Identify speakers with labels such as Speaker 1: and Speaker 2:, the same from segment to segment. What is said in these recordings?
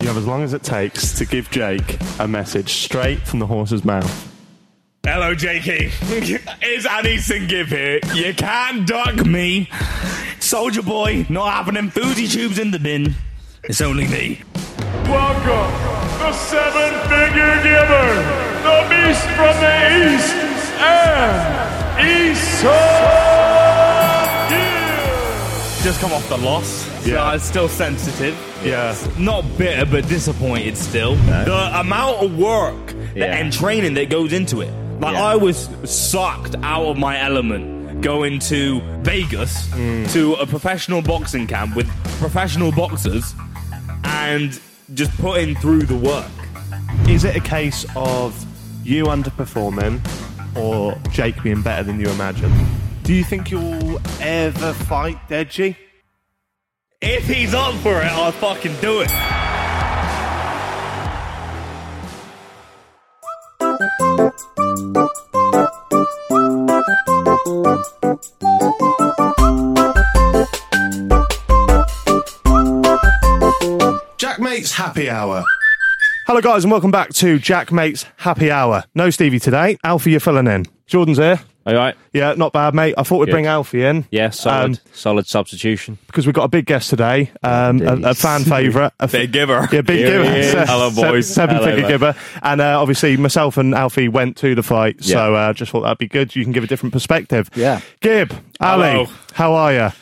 Speaker 1: You have as long as it takes to give Jake a message straight from the horse's mouth.
Speaker 2: Hello, Jakey. it's Anderson Give here. You can't duck me. Soldier boy, not happening. Booty tubes in the bin. It's only me.
Speaker 3: Welcome, the seven figure giver, the beast from the east, and Esau Gill.
Speaker 2: Just come off the loss. Yeah. So
Speaker 1: Yeah.
Speaker 2: I was still sensitive.
Speaker 1: Yeah.
Speaker 2: Not bitter, but disappointed still. The amount of work that,
Speaker 1: Yeah.
Speaker 2: and training that goes into it. Like,
Speaker 1: Yeah.
Speaker 2: I was sucked out of my element going to Vegas
Speaker 4: Mm.
Speaker 2: to a professional boxing camp with professional boxers and just putting through the work.
Speaker 1: Is it a case of you underperforming or Jake being better than you imagine? Do you think you'll ever fight Deji?
Speaker 2: If he's up for it, I'll fucking do it.
Speaker 5: Jack Mates Happy Hour. Hello, guys, and welcome back to Jack Mates Happy Hour. No Stevie today. Alfie, you're filling in. Jordan's here.
Speaker 4: All right.
Speaker 5: Yeah, not bad, mate. I thought we'd bring Alfie in.
Speaker 4: Yeah, solid,
Speaker 5: um,
Speaker 4: solid substitution.
Speaker 5: because we've got a big guest today, um, a, a fan favourite, a
Speaker 2: Big giver.
Speaker 5: Yeah, big
Speaker 4: Here
Speaker 5: giver.
Speaker 4: he is.
Speaker 5: Se-
Speaker 4: Hello,
Speaker 5: se-
Speaker 4: boys.
Speaker 5: Seven
Speaker 4: Hello,
Speaker 5: figure
Speaker 4: mate.
Speaker 5: giver. And uh, obviously, myself and Alfie went to the fight, so
Speaker 4: Yeah.
Speaker 5: uh, just thought that'd be good. You can give a different perspective.
Speaker 4: Yeah.
Speaker 5: Gib, Ali,
Speaker 2: Hello.
Speaker 5: how are you?
Speaker 2: I'm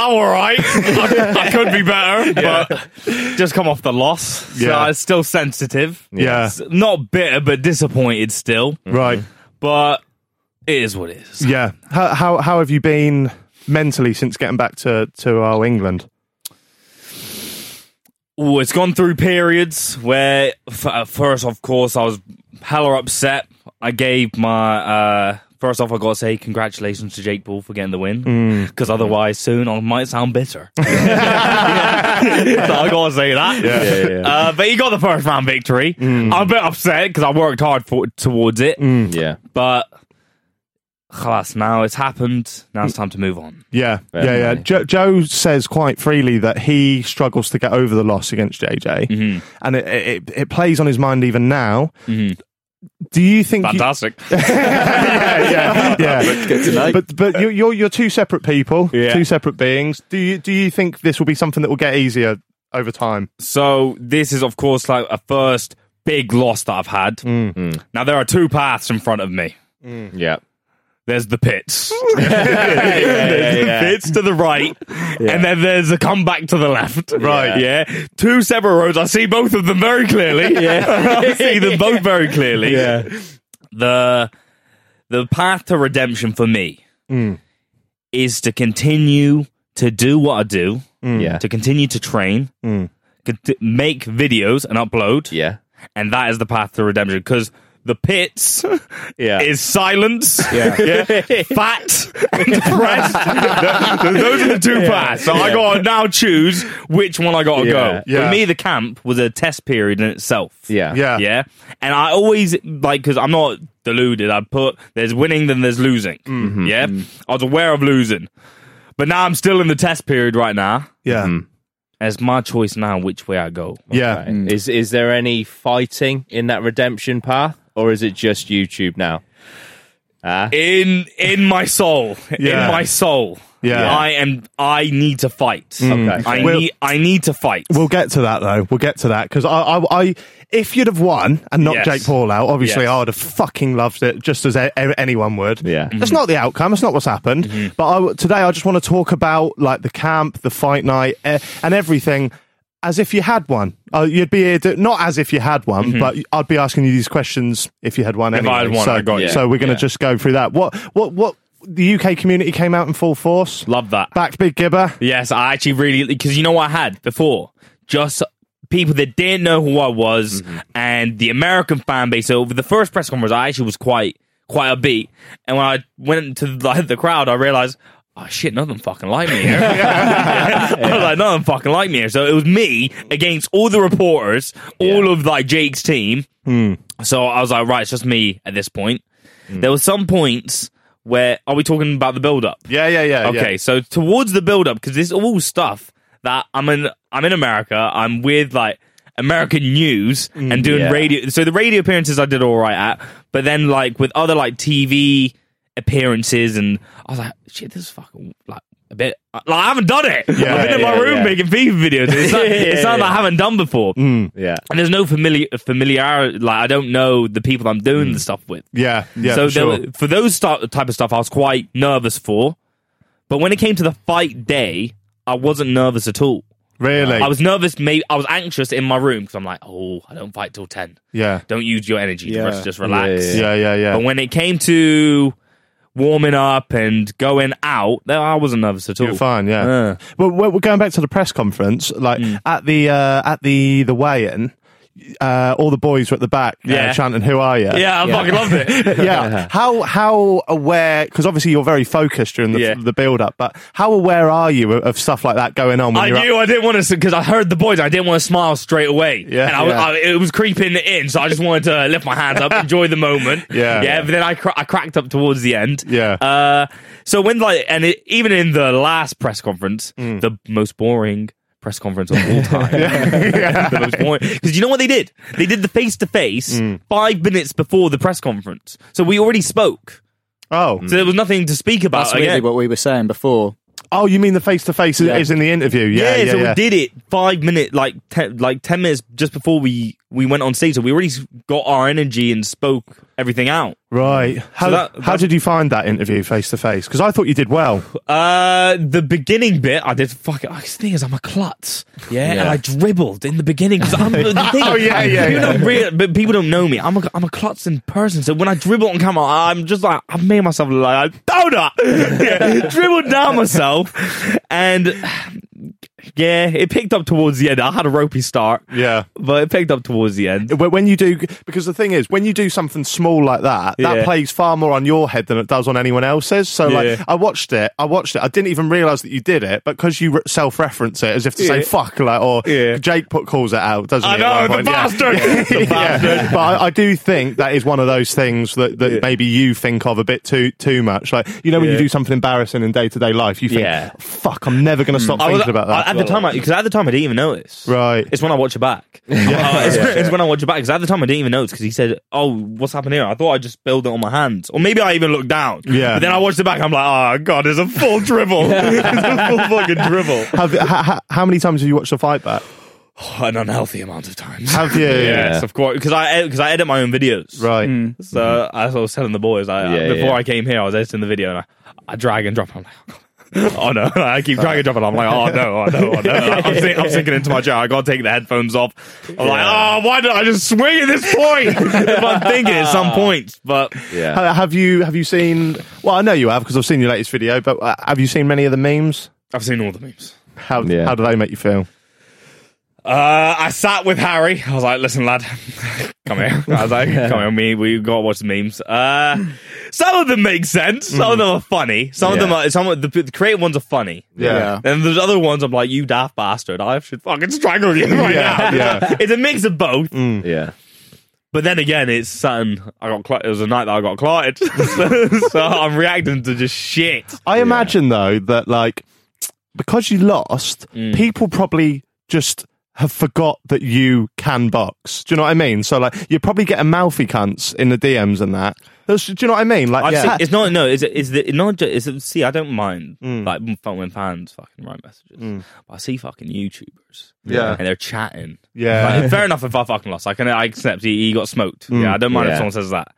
Speaker 2: Oh, all right. I, I could be better, but just come off the loss. So
Speaker 5: Yeah.
Speaker 2: I was still sensitive.
Speaker 5: Yeah.
Speaker 2: S- Not bitter, but disappointed still.
Speaker 5: Right.
Speaker 2: But it is what it is.
Speaker 5: Yeah. How, how how have you been mentally since getting back to to our England?
Speaker 2: Ooh, it's gone through periods where, f- uh, first, of course, I was hella upset. I gave my. Uh, First off, I gotta say congratulations to Jake Paul for getting the win,
Speaker 4: Mm.
Speaker 2: because otherwise soon I might sound bitter. So I gotta say that.
Speaker 4: Yeah, yeah. Mm.
Speaker 2: Uh, but he got the first round victory. I'm a bit upset because I worked hard for, towards it.
Speaker 4: yeah.
Speaker 2: But خلاص, now it's happened. Now it's time to move on.
Speaker 5: Yeah,
Speaker 4: Very
Speaker 5: yeah, yeah.
Speaker 4: nice.
Speaker 5: Jo- Joe says quite freely that he struggles to get over the loss against JJ, and it, it it plays on his mind even now. Do you think? you-
Speaker 2: Fantastic.
Speaker 5: yeah, yeah, yeah. But but you're, you're you're two separate people,
Speaker 2: Yeah.
Speaker 5: two separate beings. Do you do you think this will be something that will get easier over time?
Speaker 2: so this is, of course, like a first big loss that I've had. Now there are two paths in front of me.
Speaker 4: Yeah.
Speaker 2: There's the pits. there's the pits to the right, and then there's a comeback to the left.
Speaker 4: Right.
Speaker 2: Yeah. Two separate roads. I see both of them very clearly. yeah. I see them both very clearly. Yeah. The the path to redemption for me Mm. is to continue to do what I do,
Speaker 4: Yeah.
Speaker 2: to continue to train, cont- make videos and upload,
Speaker 4: Yeah.
Speaker 2: and that is the path to redemption because the pits
Speaker 4: Yeah.
Speaker 2: is silence,
Speaker 4: Yeah.
Speaker 2: fat, and depressed. Th- Those are the two paths. So I got to now choose which one I got to
Speaker 4: Yeah.
Speaker 2: go.
Speaker 5: Yeah.
Speaker 2: For me, the camp was a test period in itself.
Speaker 4: yeah.
Speaker 5: Yeah.
Speaker 2: Yeah. And I always, like, because I'm not deluded, I put there's winning, then there's losing.
Speaker 4: Mm-hmm.
Speaker 2: Yeah. I was aware of losing. But now I'm still in the test period right now.
Speaker 5: Yeah.
Speaker 2: And it's my choice now which way I go.
Speaker 5: Yeah.
Speaker 4: Right.
Speaker 1: Mm.
Speaker 4: Is is there any fighting in that redemption path, or is it just YouTube now?
Speaker 2: in in my soul
Speaker 5: Yeah.
Speaker 2: in my soul
Speaker 5: Yeah. Mm.
Speaker 2: i am i need to fight
Speaker 4: Okay.
Speaker 2: i
Speaker 5: Well-
Speaker 2: need i need to fight
Speaker 1: We'll get to that though. We'll get to that because I, I, I, if you'd have won and knocked
Speaker 2: Yes.
Speaker 1: Jake Paul out, obviously
Speaker 2: Yes.
Speaker 1: I would have fucking loved it just as a, a- anyone would.
Speaker 4: Yeah.
Speaker 2: Mm-hmm.
Speaker 1: that's not the outcome. That's not what's happened. But I w today I just want to talk about like the camp, the fight night, eh, and everything. As if you had one, uh, you'd be here. To, not as if you had one, but I'd be asking you these questions if you had one.
Speaker 2: Mm-hmm. If
Speaker 1: anyway.
Speaker 2: I had one,
Speaker 1: so,
Speaker 2: I got you.
Speaker 1: so we're going to
Speaker 4: Yeah.
Speaker 1: just go through that. What, what, what? The UK community came out in full force.
Speaker 2: love that
Speaker 1: Backed Big Gibber.
Speaker 2: yes i actually really because you know what i had before just people that didn't know who i was and the american fan base so for the first press conference i actually was quite quite upbeat and when i went into like the crowd i realized Oh shit! None of them fucking like me. Here. I was like, none of them fucking like me here. So it was me against all the reporters, all of like Jake's team, So I was like, right, it's just me at this point. There were some points where are we talking about the build up?
Speaker 1: Yeah, yeah,
Speaker 4: Uh,
Speaker 1: yeah.
Speaker 2: Okay, so towards the build up, because this is all stuff that I'm in I'm in America, I'm with like American news and doing
Speaker 4: Mm, yeah.
Speaker 2: radio so the radio appearances I did alright at, but then like with other like TV appearances and I was like, shit, this is fucking like a bit like I haven't done it. I've been in
Speaker 4: yeah,
Speaker 2: my room
Speaker 4: yeah.
Speaker 2: making FIFA videos. It's not, it's not that I haven't done before.
Speaker 4: Yeah.
Speaker 2: And there's no familiar familiarity. Like I don't know the people I'm doing
Speaker 4: Mm.
Speaker 2: the stuff with.
Speaker 1: Yeah, yeah.
Speaker 2: so
Speaker 1: for sure.
Speaker 2: there, were- for those stu- type of stuff, I was quite nervous for. But when it came to the fight day, I wasn't nervous at all.
Speaker 1: Really?
Speaker 2: I was nervous. Maybe I was anxious in my room because I'm like, oh, I don't fight till ten.
Speaker 1: yeah.
Speaker 2: Don't use your energy.
Speaker 4: Yeah.
Speaker 2: Just, just relax.
Speaker 4: Yeah,
Speaker 1: Yeah, yeah, yeah.
Speaker 2: But when it came to warming up and going out, no, I wasn't nervous at all.
Speaker 1: You're fine, yeah.
Speaker 2: Uh.
Speaker 1: Well, we're we're going back to the press conference. Like
Speaker 2: Mm.
Speaker 1: at the uh, at the the weigh-in, uh, all the boys were at the back uh,
Speaker 2: Yeah.
Speaker 1: chanting, "Who are you?"
Speaker 2: Yeah, I fucking loved it.
Speaker 1: yeah. How how aware? Because obviously you're very focused during the,
Speaker 2: Yeah.
Speaker 1: the build up, but how aware are you of, of stuff like that going on? When
Speaker 2: I
Speaker 1: you're
Speaker 2: knew
Speaker 1: Up?
Speaker 2: I didn't want to because I heard the boys. I didn't want to smile straight away.
Speaker 1: Yeah,
Speaker 2: and I,
Speaker 1: yeah.
Speaker 2: I, it was creeping in, so I just wanted to lift my hands up, enjoy the moment.
Speaker 1: Yeah.
Speaker 2: yeah. But then I cra- I cracked up towards the end.
Speaker 1: Yeah.
Speaker 2: Uh, so when like and it, even in the last press conference,
Speaker 1: Mm.
Speaker 2: the most boring press conference of all time. the most boring because you know what they did? They did the face to face
Speaker 1: Mm.
Speaker 2: five minutes before the press conference, so we already spoke.
Speaker 1: Oh,
Speaker 2: So there was nothing to speak about.
Speaker 4: Uh,
Speaker 6: That's really
Speaker 2: again.
Speaker 6: what we were saying before.
Speaker 1: oh, you mean the face to face
Speaker 6: Yeah.
Speaker 1: is in the interview? Yeah,
Speaker 2: Yeah,
Speaker 1: yeah,
Speaker 2: so
Speaker 1: yeah.
Speaker 2: we did it five minute, like ten, like ten minutes just before we we went on stage. So we already s- got our energy and spoke everything out.
Speaker 1: right. How
Speaker 2: that-
Speaker 1: how
Speaker 2: that-
Speaker 1: did you find that interview face to face? Because I thought you did well.
Speaker 2: Uh, the beginning bit, I did fuck it. The thing is, I'm a klutz, yeah, and I dribbled in the beginning. 'cause I'm, the thing,
Speaker 1: Oh, yeah, yeah,
Speaker 2: You
Speaker 1: yeah.
Speaker 2: don't rea- but people don't know me. I'm a I'm a klutz in person. So when I dribble on camera, I'm just like I've made myself look like a donut. yeah, dribbled down myself, and yeah, it picked up towards the end. I had a ropey start.
Speaker 1: Yeah.
Speaker 2: but it picked up towards the end.
Speaker 1: Wh- when you do because the thing is when you do something small like that that
Speaker 2: Yeah.
Speaker 1: plays far more on your head than it does on anyone else's so like
Speaker 2: Yeah.
Speaker 1: i watched it i watched it i didn't even realize that you did it but because you re- self-reference it as if to say
Speaker 2: Yeah.
Speaker 1: fuck like or
Speaker 2: Yeah.
Speaker 1: jake put calls it out doesn't
Speaker 2: I
Speaker 1: he, at
Speaker 2: know,
Speaker 1: one
Speaker 2: the
Speaker 1: point?
Speaker 2: bastard! The bastard.
Speaker 1: but I, I do think that is one of those things that, that maybe you think of a bit too too much like you know when you
Speaker 2: Yeah.
Speaker 1: do something embarrassing in day-to-day life you think
Speaker 2: Yeah. Mm.
Speaker 1: fuck i'm never going to stop
Speaker 2: I
Speaker 1: thinking
Speaker 2: was,
Speaker 1: about that
Speaker 2: I- at the time, because at the time I didn't even notice.
Speaker 1: Right.
Speaker 2: It's when I watch it back. Uh, it's, it's when I watch it back because at the time I didn't even notice because he said, "Oh, what's happened here?" I thought I just built it on my hands, or maybe I even looked down.
Speaker 1: Yeah.
Speaker 2: But then I watched it back. I'm like, "Oh God, there's a full dribble. there's a full fucking dribble."
Speaker 1: have, ha, ha, how many times have you watched the fight back
Speaker 2: An unhealthy amount of times.
Speaker 1: have you
Speaker 2: Yes, of course, because I because I edit my own videos.
Speaker 1: right
Speaker 2: Mm-hmm. So as I was telling the boys, I,
Speaker 4: Mm-hmm. Yeah,
Speaker 2: before
Speaker 4: yeah.
Speaker 2: I came here, I was editing the video and I, I drag and drop. I'm like, oh, God. Oh, no, I keep drag and dropping. I'm like, oh no, oh no, oh no. I'm, sink, I'm sinking into my chair. I gotta take the headphones off. I'm like, oh, why did I just swing at this point? if I'm thinking at
Speaker 4: Ah.
Speaker 2: some point, but
Speaker 4: Yeah.
Speaker 1: Ha- Have you have you seen? Well, I know you have because I've seen your latest video. But uh, have you seen many of the memes?
Speaker 2: I've seen all the memes.
Speaker 1: How
Speaker 4: Yeah.
Speaker 1: how do they make you feel?
Speaker 2: Uh, I sat with Harry. I was like, "Listen, lad, come here." I was like, "Come here, me. We got to watch the memes." Uh, some of them make sense. Some of them are funny. Some of them
Speaker 4: Mm. Yeah.
Speaker 2: are. Some of the, the creative ones are funny.
Speaker 1: Yeah.
Speaker 2: And there's other ones I'm like, "You daft bastard! I should fucking strangle you right
Speaker 1: Yeah,
Speaker 2: now."
Speaker 1: yeah. Mm.
Speaker 2: it's a mix of both.
Speaker 4: Yeah.
Speaker 2: But then again, it's something I got. Cl- it was a night that I got clotted, so, so I'm reacting to just shit.
Speaker 1: I imagine though that like because you lost,
Speaker 2: Mm.
Speaker 1: people probably just have forgot that you can box. Do you know what I mean? So like you probably get a mouthy cunts in the DMs and that. Those- do you know what I mean? Like
Speaker 2: I've
Speaker 1: yeah.
Speaker 2: seen, it's not no. Is it's the not just it's, see? I don't mind
Speaker 4: Mm.
Speaker 2: like m- when fans fucking write messages, but I see fucking YouTubers,
Speaker 1: Yeah.
Speaker 2: and they're chatting.
Speaker 1: Yeah.
Speaker 2: Like, fair enough. If I fucking lost, I can I accept he, he got smoked. Yeah, I don't mind if
Speaker 4: Mm. Yeah.
Speaker 2: someone says that.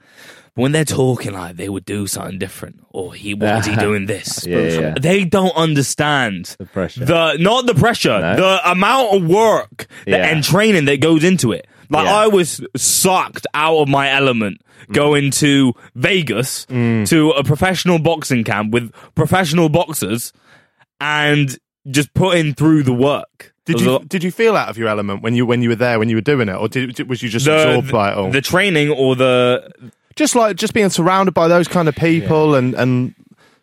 Speaker 2: But when they're talking like they would do something different, or he why is he doing this?
Speaker 4: Yeah, yeah, yeah.
Speaker 2: They don't understand the
Speaker 4: pressure.
Speaker 2: The not the pressure,
Speaker 4: No.
Speaker 2: the amount of work that,
Speaker 4: Yeah.
Speaker 2: and training that goes into it. Like
Speaker 4: Yeah.
Speaker 2: I was sucked out of my element
Speaker 1: Mm.
Speaker 2: going to Vegas to a professional boxing camp with professional boxers and just putting through the work.
Speaker 1: did
Speaker 2: There's
Speaker 1: you
Speaker 2: a-
Speaker 1: did you feel out of your element when you when you were there when you were doing it, or did, did- was you just
Speaker 2: the,
Speaker 1: absorbed by it all?
Speaker 2: the training or the
Speaker 1: just like just being surrounded by those kind of people and and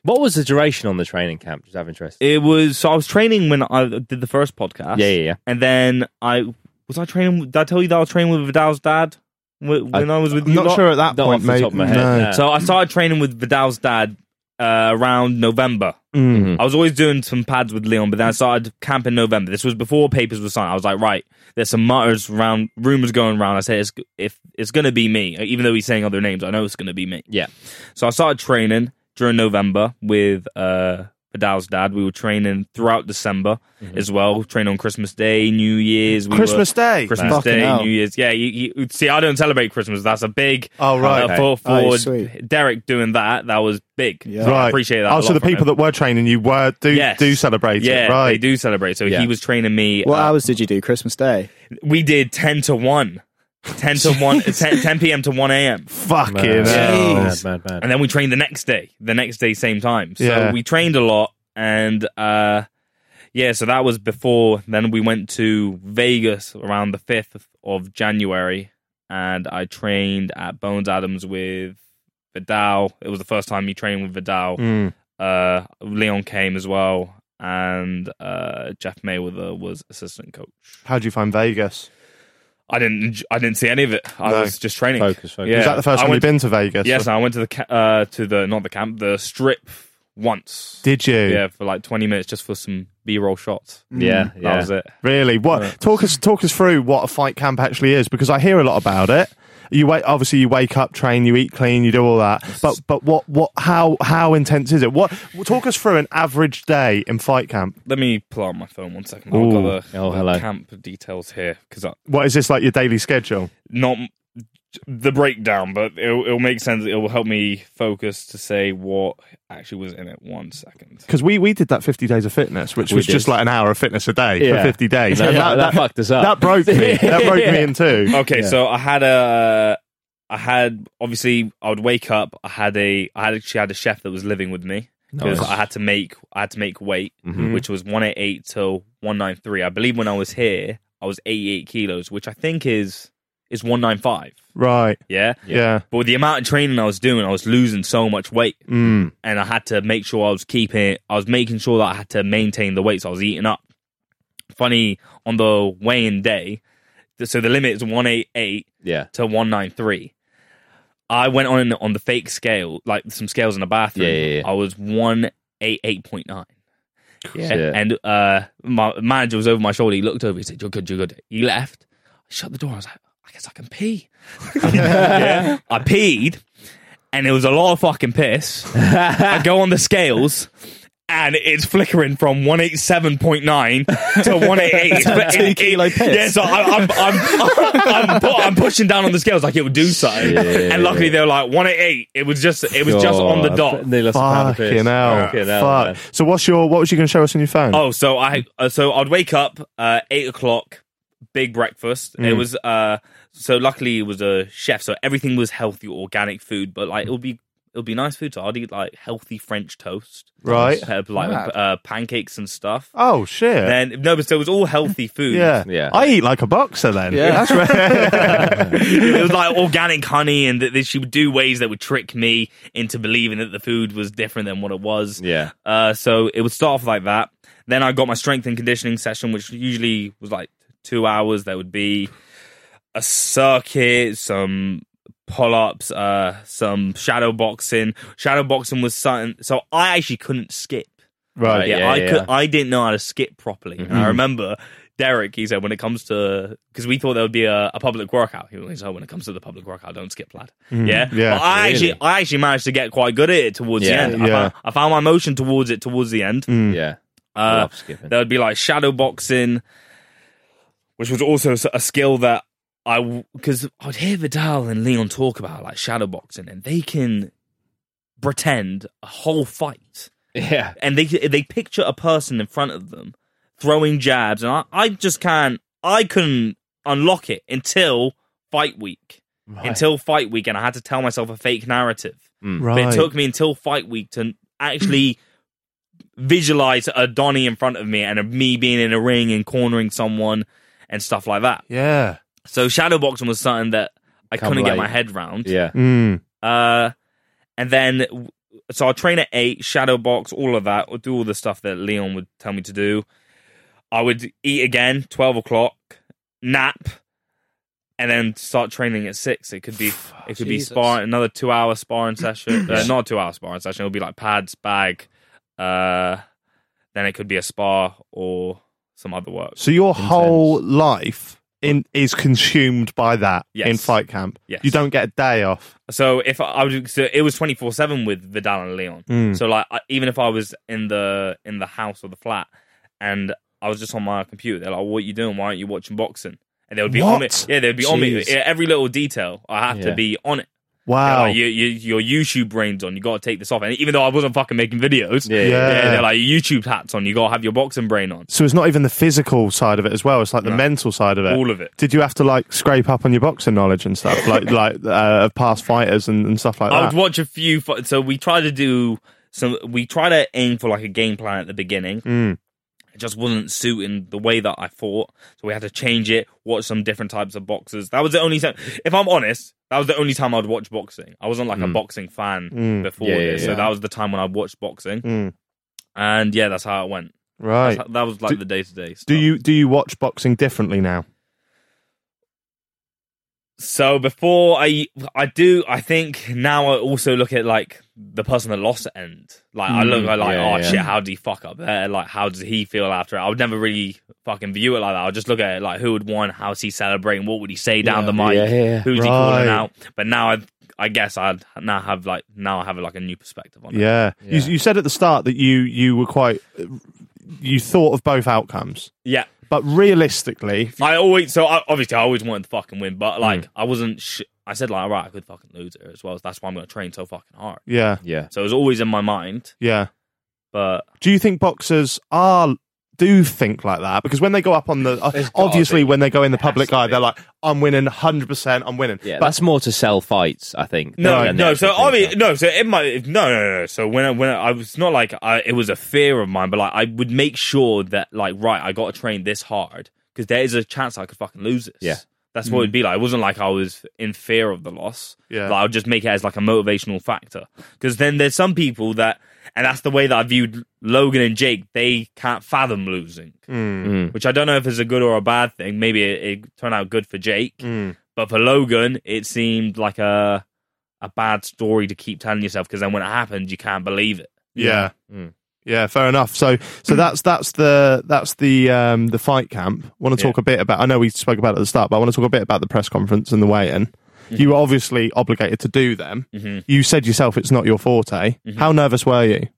Speaker 4: What was the duration on the training camp? Just have interest.
Speaker 2: it was so I was training when I did the first podcast.
Speaker 4: Yeah, yeah, yeah.
Speaker 2: And then I was I training did I tell you that I was training with Vidal's dad when when I, was with
Speaker 1: I'm
Speaker 2: you
Speaker 1: not
Speaker 2: lot?
Speaker 1: sure at that
Speaker 4: Not
Speaker 1: point,
Speaker 4: off the
Speaker 1: mate.
Speaker 4: top of my head,
Speaker 1: No.
Speaker 4: no.
Speaker 2: So I started training with Vidal's dad uh, around November.
Speaker 1: Mm-hmm.
Speaker 2: I was always doing some pads with Leon, but then I started camping November. This was before papers were signed. I was like, right, there's some mutters round, rumors going around. I said, it's, if it's gonna be me, even though he's saying other names, I know it's gonna be me.
Speaker 4: Yeah.
Speaker 2: So I started training during November with uh, Vidal's dad. We were training throughout December
Speaker 1: Mm-hmm.
Speaker 2: as well. Trained on Christmas Day, New Year's. We were-
Speaker 1: Christmas Day?
Speaker 2: Christmas
Speaker 1: Fucking
Speaker 2: Day,
Speaker 1: hell.
Speaker 2: New Year's. Yeah, you, you, see, I don't celebrate Christmas. That's a big.
Speaker 1: Oh, right.
Speaker 2: Uh, for,
Speaker 6: Oh,
Speaker 2: forward.
Speaker 6: sweet.
Speaker 2: Derek doing that. That was big.
Speaker 6: Yeah.
Speaker 2: So I
Speaker 1: Right.
Speaker 2: appreciate that.
Speaker 1: Oh,
Speaker 2: a
Speaker 1: so
Speaker 2: lot
Speaker 1: the
Speaker 2: from
Speaker 1: people
Speaker 2: him.
Speaker 1: that were training you were do
Speaker 2: Yes.
Speaker 1: do celebrate
Speaker 2: yeah,
Speaker 1: it, right?
Speaker 2: They do celebrate. So
Speaker 4: Yeah.
Speaker 2: he was training me.
Speaker 6: What
Speaker 2: uh,
Speaker 6: hours did you do Christmas Day?
Speaker 2: we did ten to one. 10 to 1 10, 10 p.m. to 1 a.m.
Speaker 1: Fucking hell.
Speaker 4: Mad, mad, mad.
Speaker 2: and then we trained the next day the next day same time so
Speaker 1: Yeah.
Speaker 2: we trained a lot and uh yeah so that was before then we went to vegas around the 5th of january and i trained at bones adams with vidal it was the first time you trained with vidal
Speaker 1: Mm.
Speaker 2: uh leon came as well and uh jeff mayweather was assistant coach
Speaker 1: How'd you find Vegas?
Speaker 2: i didn't i didn't see any of it i
Speaker 1: No.
Speaker 2: was just training
Speaker 4: Focus, focus.
Speaker 2: Yeah.
Speaker 1: Is that the first
Speaker 2: I
Speaker 1: time
Speaker 2: went
Speaker 1: you've been to Vegas?
Speaker 2: Yes, I went to the ca- uh, to the not the camp, the strip once.
Speaker 1: Did you?
Speaker 2: yeah, for like twenty minutes just for some B roll shots.
Speaker 4: Yeah, yeah.
Speaker 2: That was it.
Speaker 1: Really? What? Talk us talk us through what a fight camp actually is because I hear a lot about it. You wait, obviously you wake up, train, you eat clean, you do all that. But but what what how how intense is it? What talk us through an average day in fight camp?
Speaker 2: Let me pull out my phone one second. I've got
Speaker 4: Ooh.
Speaker 2: the,
Speaker 4: Oh,
Speaker 2: the
Speaker 4: hello.
Speaker 2: camp details here because
Speaker 1: What is this like your daily schedule?
Speaker 2: not the breakdown, but it'll, it'll make sense. It will help me focus to say what actually was in it. One second.
Speaker 1: Because we, we did that 50 days of fitness, which was
Speaker 4: did.
Speaker 1: just like an hour of fitness a day for
Speaker 4: Yeah.
Speaker 1: 50 days.
Speaker 4: Yeah,
Speaker 1: And
Speaker 4: that- that fucked us up.
Speaker 1: That broke me. That broke me in two.
Speaker 2: Okay, so I had a. I had obviously I would wake up. I had a I had actually had a chef that was living with me because I had to make I had to make weight, which was one eight eight to one nine three. I believe when I was here, I was eighty eight kilos, which I think is is one nine five.
Speaker 1: Right.
Speaker 2: Yeah,
Speaker 1: Yeah.
Speaker 2: But with the amount of training I was doing, I was losing so much weight, mm. and I had to make sure I was keeping. I was making sure that I had to maintain the weight, so I was eating up. Funny on the weighing day, th- so the limit is one eight eight
Speaker 4: Yeah.
Speaker 2: to one nine three. I went on on the fake scale, like some scales in the bathroom.
Speaker 4: Yeah, yeah, yeah.
Speaker 2: I was one eight eight point nine. Yeah.
Speaker 4: Shit.
Speaker 2: And uh, my manager was over my shoulder. He looked over. He said, "You're good. You're good." He left. I shut the door. I was like, "I guess I can pee." Yeah. I peed, and it was a lot of fucking piss. I go on the scales. And it's flickering from 187.9 to 188. But
Speaker 6: Two kilo piss.
Speaker 2: Yeah, so I, I'm, I'm, I'm, I'm, pu- I'm pushing down on the scales like it would do something. and luckily they were like 188. It was just it was just on the dot.
Speaker 4: They lost a pound of piss.
Speaker 1: Fucking hell.
Speaker 4: Fucking hell, man.
Speaker 1: Fuck. So what's your what was you going to show us on your phone?
Speaker 2: Oh, so I uh, so I'd wake up uh, eight o'clock, big breakfast. It
Speaker 1: Mm.
Speaker 2: was uh so luckily it was a chef, so everything was healthy, organic food, but like it would be it It would be nice food. So I'd eat like healthy French toast,
Speaker 1: Right.
Speaker 2: Uh, like uh, pancakes and stuff.
Speaker 1: Oh shit.
Speaker 2: Then no, but so it was all healthy food.
Speaker 1: yeah.
Speaker 4: Yeah.
Speaker 1: I eat like a boxer then.
Speaker 6: Yeah.
Speaker 1: That's right.
Speaker 2: it was like organic honey, and that that she would do ways that would trick me into believing that the food was different than what it was.
Speaker 4: Yeah.
Speaker 2: Uh, so it would start off like that. Then I got my strength and conditioning session, which usually was like two hours. There would be a circuit, some pull ups, uh, some shadow boxing. Shadow boxing was something. So I actually couldn't skip.
Speaker 1: right.
Speaker 2: Uh, Yeah,
Speaker 4: yeah,
Speaker 2: I
Speaker 4: yeah. Mm-hmm.
Speaker 2: could. I didn't know how to skip properly. And I remember Derek. He said when it comes to because we thought there would be a, a public workout. He was like, "Oh, when it comes to the public workout, don't skip, lad." yeah,
Speaker 1: yeah,
Speaker 4: Mm-hmm.
Speaker 2: But I
Speaker 4: really.
Speaker 2: actually, I actually managed to get quite good at it towards
Speaker 4: Yeah, Mm.
Speaker 2: the end. I,
Speaker 1: yeah.
Speaker 2: found, I found my motion towards it towards the end.
Speaker 1: Mm.
Speaker 4: Yeah.
Speaker 2: Uh,
Speaker 4: love skipping.
Speaker 2: There would be like shadow boxing, which was also s- a skill that I because I'd hear Vidal and Leon talk about like shadow boxing, and they can pretend a whole fight
Speaker 4: Yeah.
Speaker 2: and they they picture a person in front of them throwing jabs, and I, I just can't. I couldn't unlock it until fight week. Until fight week, and I had to tell myself a fake narrative. But
Speaker 1: Right.
Speaker 2: it took me until fight week to actually visualize a Donnie in front of me and a me being in a ring and cornering someone and stuff like that.
Speaker 1: yeah.
Speaker 2: So shadow boxing was something that I
Speaker 4: Come
Speaker 2: couldn't get
Speaker 4: late.
Speaker 2: my head round.
Speaker 4: Yeah.
Speaker 1: Mm.
Speaker 2: Uh, and then, w- so I'll train at eight, shadow box, all of that, or do all the stuff that Leon would tell me to do. I would eat again, 12 o'clock, nap, and then start training at six. It could be, it could be
Speaker 6: Jesus.
Speaker 2: sparring, another two hour sparring session, uh, not two hour sparring session. It would be like pads, bag, uh, then it could be a spa or some other work.
Speaker 1: So your whole life in is consumed by that
Speaker 2: Yes.
Speaker 1: in fight camp.
Speaker 2: Yes.
Speaker 1: You don't get a day off.
Speaker 2: So if I, I was, so it was twenty four seven with Vidal and Leon. So like, I, even if I was in the in the house or the flat, and I was just on my computer, they're like, "What you doing? Why aren't you watching boxing?" And they would be on
Speaker 1: What?
Speaker 2: it. Yeah, they'd be on me.
Speaker 6: Jeez.
Speaker 2: Yeah, every little detail, I have
Speaker 4: Yeah.
Speaker 2: to be on it. They're
Speaker 1: Wow.
Speaker 2: Like, you, you, your YouTube brains on. You got to take this off. And even though I wasn't fucking making videos,
Speaker 4: Yeah.
Speaker 1: Yeah.
Speaker 2: they're like your YouTube hats on. You got to have your boxing brain on.
Speaker 1: so it's not even the physical side of it as well. It's like the mental side of it.
Speaker 2: All of it.
Speaker 1: Did you have to like scrape up on your boxing knowledge and stuff, like like uh, of past fighters and, and stuff like
Speaker 2: I
Speaker 1: that?
Speaker 2: would watch a few. fi- So we try to do some. We try to aim for like a game plan at the beginning.
Speaker 1: Mm.
Speaker 2: It just wasn't suiting the way that I thought, so we had to change it. Watch some different types of boxers. That was the only time. If I'm honest, that was the only time I'd watch boxing. I wasn't
Speaker 1: Mm.
Speaker 2: like a boxing fan before
Speaker 4: Yeah, yeah,
Speaker 2: this,
Speaker 4: yeah.
Speaker 2: so that was the time when I watched boxing.
Speaker 1: Mm.
Speaker 2: And yeah, that's how it went.
Speaker 1: right.
Speaker 2: That's how- that was like
Speaker 1: Do-
Speaker 2: the day to day.
Speaker 1: Do you do you watch boxing differently now?
Speaker 2: So before I I do I think now I also look at like the person that lost at end. Like I look at like
Speaker 4: Mm, yeah,
Speaker 2: oh
Speaker 4: yeah.
Speaker 2: shit how did he fuck up there? Like how does he feel after it? I would never really fucking view it like that. I would just look at it like who would won, how's he celebrating, what would he say down the mic,
Speaker 4: yeah, yeah.
Speaker 2: who's he
Speaker 1: Right.
Speaker 2: calling out? But now I I guess I now have like now I have like a new perspective on it.
Speaker 1: Yeah. You, you said at the start that you you were quite you thought of both outcomes,
Speaker 2: Yeah.
Speaker 1: but realistically,
Speaker 2: I always so I, obviously I always wanted to fucking win, but like
Speaker 4: Mm.
Speaker 2: I wasn't. Sh- I said like all right I could fucking lose it as well. So that's why I'm gonna train so fucking hard.
Speaker 1: yeah,
Speaker 4: Yeah.
Speaker 2: So it was always in my mind,
Speaker 1: yeah.
Speaker 2: but.
Speaker 1: Do you think boxers are do think like that? Because when they go up on the
Speaker 4: It's gotta
Speaker 1: obviously
Speaker 4: be.
Speaker 1: when they go in the public
Speaker 4: to
Speaker 1: eye,
Speaker 4: be.
Speaker 1: they're like, "I'm winning, hundred percent, I'm winning."
Speaker 4: Yeah,
Speaker 1: but
Speaker 4: that's more to sell fights, I think.
Speaker 2: No,
Speaker 4: than the
Speaker 2: no.
Speaker 4: actual
Speaker 2: So I
Speaker 4: thing.
Speaker 2: mean, no. So it might. No, no, no, no. So when I, when I, I was not like I, it was a fear of mine, but like I would make sure that like right, I got to train this hard because there is a chance I could fucking lose this.
Speaker 4: Yeah.
Speaker 2: That's what it'd be like. It wasn't like I was in fear of the loss.
Speaker 1: Yeah.
Speaker 2: Like, I would just make it as like a motivational factor because then there's some people that, and that's the way that I viewed Logan and Jake. They can't fathom losing, which I don't know if it's a good or a bad thing. Maybe it, it turned out good for Jake, but for Logan, it seemed like a a bad story to keep telling yourself because then when it happens, you can't believe it.
Speaker 1: Yeah.
Speaker 4: Mm.
Speaker 1: Yeah, fair enough. So, so that's that's the that's the um, the fight camp. want to talk a bit about. I know we spoke about it at the start, but I want to talk a bit about the press conference and the weigh-in.
Speaker 2: Mm-hmm.
Speaker 1: You were obviously obligated to do them. You said yourself it's not your forte.
Speaker 2: Mm-hmm.
Speaker 1: How nervous were you?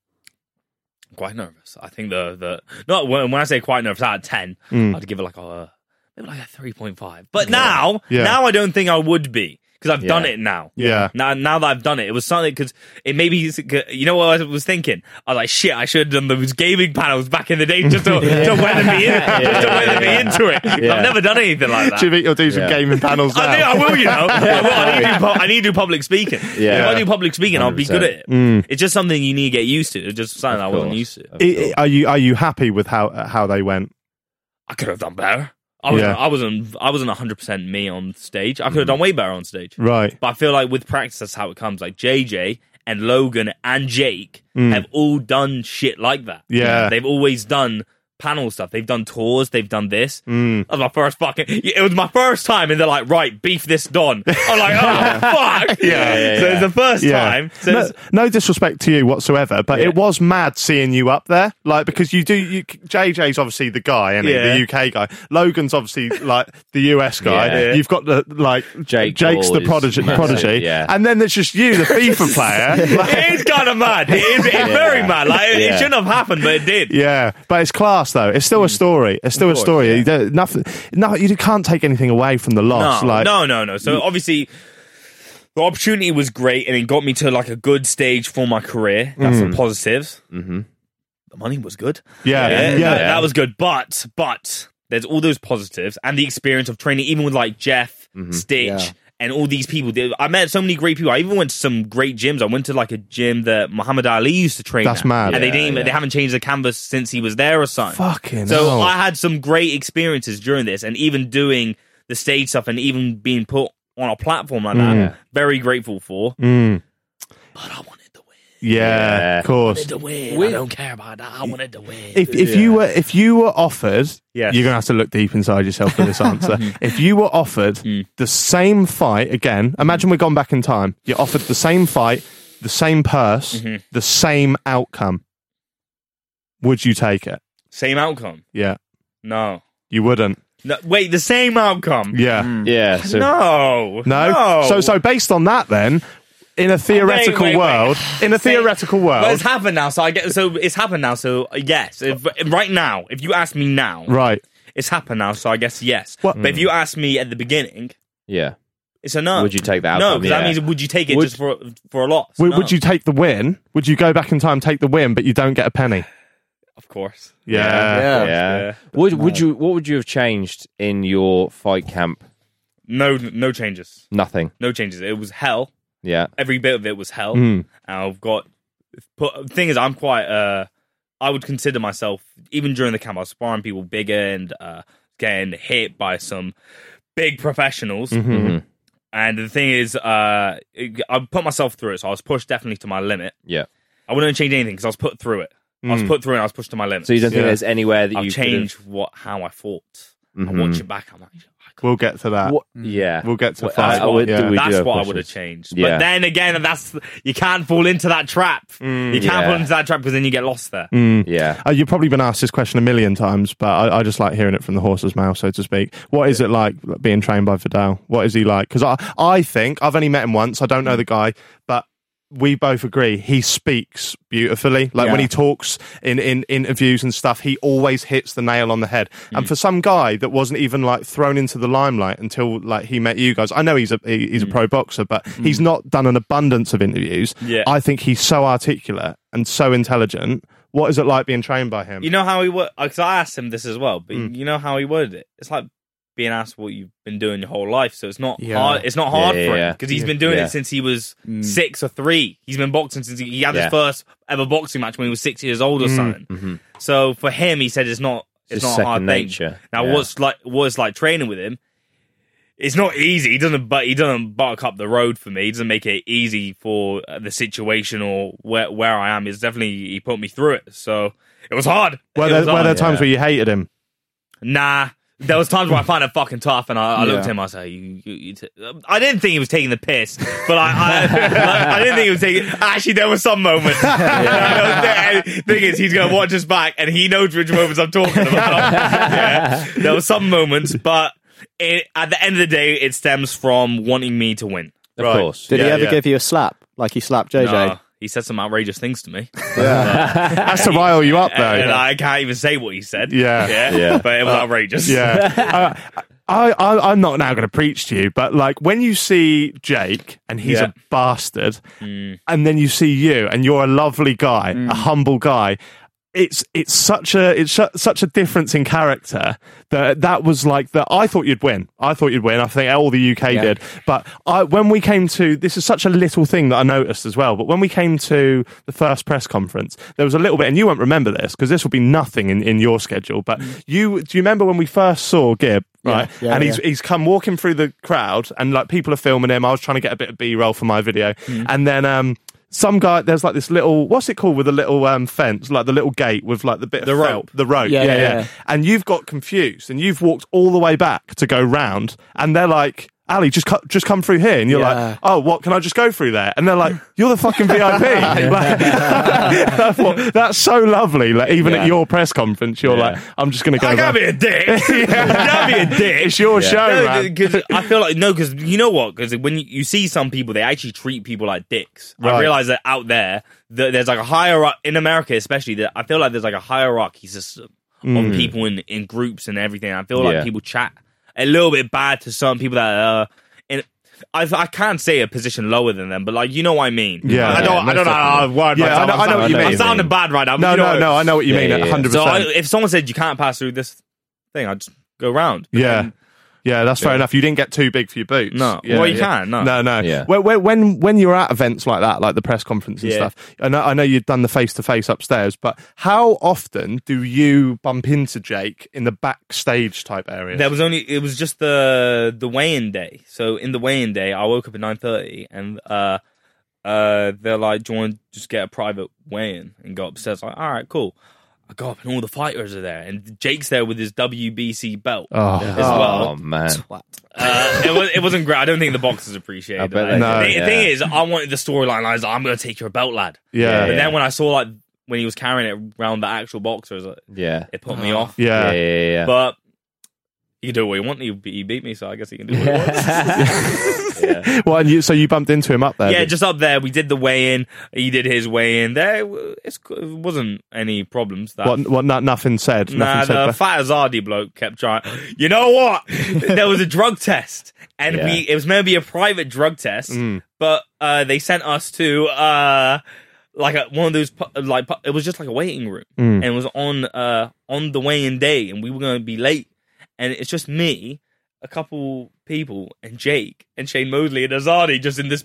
Speaker 2: Quite nervous. I think the the not when, when I say quite nervous out of ten, I'd give it like a maybe like a three point five. But now,
Speaker 1: Yeah.
Speaker 2: now I don't think I would be because I've done
Speaker 4: Yeah.
Speaker 2: it now.
Speaker 1: Yeah.
Speaker 2: Now, now that I've done it, it was something because it maybe is- you know what I was thinking. I was like, shit, I should have done those gaming panels back in the day just to, to weather me in, just to weather me into it. I've never done anything like that.
Speaker 1: Do you think you'll do some
Speaker 4: Yeah.
Speaker 1: gaming panels now?
Speaker 2: I think I will, you know. I, will. I, need to do, pu- I need to do public speaking.
Speaker 4: Yeah.
Speaker 2: If I do public speaking, I'll be good at it. It's just something you need to get used to. It's just something I wasn't
Speaker 4: course.
Speaker 2: used to.
Speaker 1: I- I- are you are you happy with how how they went?
Speaker 2: I could have done better. I wasn't,
Speaker 1: Yeah.
Speaker 2: I wasn't, I wasn't 100% me on stage. I could have done way better on stage.
Speaker 1: Right.
Speaker 2: But I feel like with practice, that's how it comes. Like JJ and Logan and Jake have all done shit like that.
Speaker 1: Yeah.
Speaker 2: They've always done panel stuff. They've done tours. They've done this. That was my first fucking, it was my first time. And they're like, right, beef this Don. I'm like, oh, fuck. Yeah, So it's the first time. So
Speaker 1: no,
Speaker 2: it's-
Speaker 1: no disrespect to you whatsoever, but it was mad seeing you up there. Like because you do. You, JJ's obviously the guy, and
Speaker 2: Yeah.
Speaker 1: the UK guy. Logan's obviously like the US guy.
Speaker 4: Yeah.
Speaker 1: You've got the like
Speaker 4: Jake
Speaker 1: Jake's
Speaker 4: Paul
Speaker 1: the
Speaker 4: is
Speaker 1: prodigy,
Speaker 4: massive,
Speaker 1: prodigy,
Speaker 4: yeah.
Speaker 1: and then there's just you, the FIFA player. Like,
Speaker 2: it is kind of mad. It is it's very mad. Like, it, it
Speaker 4: Yeah.
Speaker 2: shouldn't have happened, but it did.
Speaker 1: Yeah, but it's class though. It's still a story. It's still a
Speaker 2: Mm. course,
Speaker 1: story. You don't- nothing. No, you can't take anything away from the loss.
Speaker 2: No,
Speaker 1: like
Speaker 2: no, no, no. So obviously, the opportunity was great, and it got me to like a good stage for my career. That's
Speaker 1: Hmm.
Speaker 2: the positives. Mm-hmm. The money was good.
Speaker 1: Yeah, yeah.
Speaker 2: That, that was good. But but there's all those positives and the experience of training, even with like Jeff, Stitch.
Speaker 6: Yeah.
Speaker 2: And all these people, They- I met so many great people. I even went to some great gyms. I went to like a gym that Muhammad Ali used to train.
Speaker 1: That's
Speaker 2: at.
Speaker 1: mad.
Speaker 2: And they
Speaker 1: Yeah,
Speaker 2: didn't. Even, They haven't changed the canvas since he was there or something.
Speaker 1: Fucking
Speaker 2: So
Speaker 1: hell.
Speaker 2: I had some great experiences during this, and even doing the stage stuff, and even being put on a platform like
Speaker 1: Mm.
Speaker 2: that. Very grateful for. But I wanted to win.
Speaker 1: yeah,
Speaker 4: Yeah.
Speaker 1: of course.
Speaker 2: To win. I don't care about that. I wanted to win.
Speaker 1: If if you were if you were offered,
Speaker 2: Yes.
Speaker 1: you're gonna have to look deep inside yourself for this answer. if you were offered
Speaker 2: Hmm.
Speaker 1: the same fight again, imagine we're gone back in time. You're offered the same fight, the same purse,
Speaker 2: Mm-hmm.
Speaker 1: the same outcome. Would you take it?
Speaker 2: same outcome.
Speaker 1: Yeah,
Speaker 2: No.
Speaker 1: you wouldn't.
Speaker 2: no. Wait, the same outcome.
Speaker 1: Yeah.
Speaker 4: Yeah. So
Speaker 2: Hmm. No.
Speaker 1: No. So so based on that then, in a theoretical
Speaker 2: wait, wait.
Speaker 1: world, in a
Speaker 2: Say-
Speaker 1: theoretical
Speaker 2: But it's
Speaker 1: world,
Speaker 2: happened now, so I get. So it's happened now. So yes, if, right now, if you ask me now,
Speaker 1: right?
Speaker 2: it's happened now. So I guess yes.
Speaker 1: What-
Speaker 2: But if you ask me at the beginning,
Speaker 4: yeah.
Speaker 2: It's a no.
Speaker 4: Would you take that
Speaker 2: No,
Speaker 4: outcome?
Speaker 2: because that
Speaker 4: Yeah.
Speaker 2: means would you take it
Speaker 4: Would-
Speaker 2: just for for a loss?
Speaker 1: Would,
Speaker 2: No.
Speaker 1: would you take the win? Would you go back in time, take the win, but you don't get a penny?
Speaker 2: Of course.
Speaker 1: Yeah.
Speaker 4: Yeah.
Speaker 2: Yeah.
Speaker 4: Would would you what would you have changed in your fight camp?
Speaker 2: No, no changes.
Speaker 4: Nothing.
Speaker 2: No changes. It was hell.
Speaker 4: Yeah.
Speaker 2: Every bit of it was hell.
Speaker 4: Hmm.
Speaker 2: And I've got. But thing is, I'm quite. Uh, I would consider myself even during the camp. I was sparring people bigger and uh, getting hit by some big professionals.
Speaker 4: Mm-hmm.
Speaker 2: And the thing is, uh, it- I put myself through it, so I was pushed definitely to my limit.
Speaker 4: Yeah.
Speaker 2: I wouldn't change anything because I was put through it. I was put through it. and I was pushed to my limit.
Speaker 4: Hmm. So you don't think
Speaker 1: Yeah.
Speaker 4: there's anywhere that
Speaker 2: I've
Speaker 4: you Mm-hmm.
Speaker 2: changed what how I fought. I watch it back. I'm like, I
Speaker 1: We'll get to that.
Speaker 4: What, yeah.
Speaker 1: We'll get to
Speaker 4: Well,
Speaker 1: fight.
Speaker 4: I- I would-
Speaker 1: Yeah.
Speaker 4: we do
Speaker 2: that's
Speaker 4: have
Speaker 2: what I would have
Speaker 4: questions.
Speaker 2: changed. But
Speaker 4: Yeah.
Speaker 2: then again, that's you can't fall into that trap. you can't
Speaker 4: Mm, Yeah.
Speaker 2: fall into that trap because then you get lost there.
Speaker 4: Yeah.
Speaker 1: Uh, you've probably been asked this question a million times, but I, I just like hearing it from the horse's mouth, so to speak. What is it like being trained by Vidal? What is he like? Because I, I think I've only met him once. I don't know the guy, but we both agree he speaks beautifully. Like when he talks in, in interviews and stuff, he always hits the nail on the head. And for some guy that wasn't even like thrown into the limelight until like he met you guys, I know he's a he, he's a pro boxer, but he's not done an abundance of interviews.
Speaker 2: Yeah.
Speaker 1: I think he's so articulate and so intelligent. What is it like being trained by him? Hmm.
Speaker 2: You know how he would? Because I asked him this as well, but you know how he would. it? It's like being asked what you've been doing your whole life, so it's not
Speaker 1: Yeah. Hmm.
Speaker 2: hard. It's not hard
Speaker 4: Yeah,
Speaker 2: for
Speaker 4: yeah.
Speaker 2: him because he's been doing
Speaker 4: Yeah.
Speaker 2: it since he was six or three. He's been boxing since he, he had
Speaker 4: Yeah.
Speaker 2: his first ever boxing match when he was six years old or
Speaker 1: Hmm.
Speaker 2: something. So for him, he said it's not. It's
Speaker 4: Just
Speaker 2: not a hard
Speaker 4: second
Speaker 2: thing.
Speaker 4: nature.
Speaker 2: Now,
Speaker 4: Yeah.
Speaker 2: what's like what's like training with him? It's not easy. He doesn't, but he doesn't bark up the road for me. He doesn't make it easy for uh, the situation or where where I am. It's definitely he put me through it. So it was hard.
Speaker 1: were
Speaker 2: It
Speaker 1: there,
Speaker 2: was
Speaker 1: were
Speaker 2: hard.
Speaker 1: there times where you hated him?
Speaker 2: Nah. There was times where I found it fucking tough, and I, I looked
Speaker 6: Yeah.
Speaker 2: at him. I was like, you, you, you t-. "I didn't think he was taking the piss, but I, I, I didn't think he was taking." Actually, there were some moments. And the thing is, he's gonna watch us back, and he knows which moments I'm talking about. Yeah. There were some moments, but it, at the end of the day, it stems from wanting me to win.
Speaker 4: Of course.
Speaker 6: Did he
Speaker 1: Yeah,
Speaker 6: ever
Speaker 1: yeah.
Speaker 6: give you a slap like he slapped JJ?
Speaker 2: Nah, he said some outrageous things to me,
Speaker 1: That's to rile you up, though.
Speaker 2: and I can't even say what he said.
Speaker 1: Yeah.
Speaker 2: yeah,
Speaker 4: Yeah.
Speaker 2: but it was outrageous.
Speaker 1: Yeah. Uh, I, I I'm not now going to preach to you, but like when you see Jake and he's
Speaker 2: Yeah. Hmm.
Speaker 1: a bastard, and then you see you and you're a lovely guy,
Speaker 6: Mm.
Speaker 1: a humble guy. It's it's such a it's su- such a difference in character that that was like that. I thought you'd win. I thought you'd win. I think all the UK
Speaker 2: Yeah.
Speaker 1: did. But I, when we came to this is such a little thing that I noticed as well. But when we came to the first press conference, there was a little bit, and you won't remember this because this will be nothing in, in your schedule. But you do you remember when we first saw Gibb right?
Speaker 6: Mm. yeah,
Speaker 1: and
Speaker 6: yeah.
Speaker 1: he's he's come walking through the crowd, and like people are filming him. I was trying to get a bit of B roll for my video, and then um. Some guy, there's like this little, what's it called with a little um, fence, like the little gate with like the bit
Speaker 2: The
Speaker 1: of
Speaker 2: rope.
Speaker 1: felt, the rope,
Speaker 6: Yeah,
Speaker 1: yeah,
Speaker 6: yeah,
Speaker 1: yeah.
Speaker 6: yeah.
Speaker 1: And you've got confused, and you've walked all the way back to go round, and they're like, "Ali, just co- just come through here," and you're
Speaker 6: Yeah.
Speaker 1: like, "Oh, what? Can I just go through there?" And they're like, "You're the fucking VIP." Like, that's, what- that's so lovely. Like even at your press conference, you're like, "I'm just going to go."
Speaker 2: I
Speaker 1: back."
Speaker 2: can't be a dick.
Speaker 1: yeah.
Speaker 2: Can't be a dick.
Speaker 1: It's your show,
Speaker 2: No,
Speaker 1: man.
Speaker 2: because I feel like no, because you know what? Because when you, you see some people, they actually treat people like dicks. I
Speaker 1: Right.
Speaker 2: realize that out there, that there's like a hierarchy in America, especially that I feel like there's like a hierarchy system
Speaker 1: Mm.
Speaker 2: of people in in groups and everything. I feel like
Speaker 4: Yeah.
Speaker 2: people chat a little bit bad to some people that are. In, I, I can't say a position lower than them, but like you know what I mean.
Speaker 1: Yeah.
Speaker 2: I don't.
Speaker 1: Yeah,
Speaker 2: I don't know.
Speaker 1: most
Speaker 2: how
Speaker 1: definitely.
Speaker 2: I word
Speaker 1: Yeah,
Speaker 2: myself.
Speaker 1: I know-
Speaker 2: I'm
Speaker 1: I know what
Speaker 2: sounding-
Speaker 1: you
Speaker 2: I'm
Speaker 1: mean.
Speaker 2: sounding bad right now. but
Speaker 1: No,
Speaker 2: you know
Speaker 1: no,
Speaker 2: what-
Speaker 1: no. I know what you
Speaker 4: Yeah,
Speaker 1: mean.
Speaker 4: yeah, yeah.
Speaker 1: 100.
Speaker 2: So I,
Speaker 1: percent
Speaker 2: if someone said you can't pass through this thing, I'd just go round.
Speaker 1: Yeah. Yeah, that's fair enough. You didn't get too big for your boots.
Speaker 2: No.
Speaker 1: Yeah,
Speaker 2: Well, you
Speaker 1: yeah.
Speaker 2: can, no.
Speaker 1: no, no.
Speaker 4: Yeah.
Speaker 1: When, when- when when you're at events like that, like the press conference and
Speaker 2: Yeah.
Speaker 1: stuff, I know, I know you've done the face to face upstairs, but how often do you bump into Jake in the backstage type area?
Speaker 2: There was only it was just the the weigh-in day. So in the weigh-in day, I woke up at nine thirty, and uh, uh, they're like, "Do you want to just get a private weigh-in and go upstairs?" Like, all right, cool. I go up, and all the fighters are there, and Jake's there with his WBC belt
Speaker 1: Oh.
Speaker 2: as
Speaker 4: Oh,
Speaker 2: well.
Speaker 4: man.
Speaker 2: Uh, it, was, it wasn't great. I don't think the boxers appreciated.
Speaker 4: I bet
Speaker 2: that.
Speaker 4: they
Speaker 1: No.
Speaker 2: The
Speaker 4: didn't,
Speaker 2: thing
Speaker 4: yeah.
Speaker 2: is, I wanted the storyline. I was like, "I'm going to take your belt, lad."
Speaker 1: yeah.
Speaker 2: But
Speaker 1: Yeah.
Speaker 4: Yeah.
Speaker 2: then when I saw like when he was carrying it around the actual boxers,
Speaker 4: Yeah.
Speaker 2: it put me off.
Speaker 4: Uh-huh. Yeah, yeah, yeah. yeah.
Speaker 2: But he can do what he wants. He beat, he beat me, so I guess he can do what he wants.
Speaker 1: Well, and you, so you bumped into him up there.
Speaker 2: yeah,
Speaker 1: did-
Speaker 2: just up there. We did the weigh in. He did his weigh in. There, it's, it wasn't any problems. That
Speaker 1: what, what, no- nothing said.
Speaker 2: Nah,
Speaker 1: nothing said.
Speaker 2: the
Speaker 1: back-
Speaker 2: fat Azadi bloke kept trying. You know what? there was a drug test, and
Speaker 4: Yeah.
Speaker 2: we it was meant to be a private drug test, but uh, they sent us to uh, like a, one of those pu- like pu- it was just like a waiting room, and it was on uh, on the weighing day, and we were going to be late, and it's just me, a couple people, and Jake and Shane Mosley and Azadi just in this.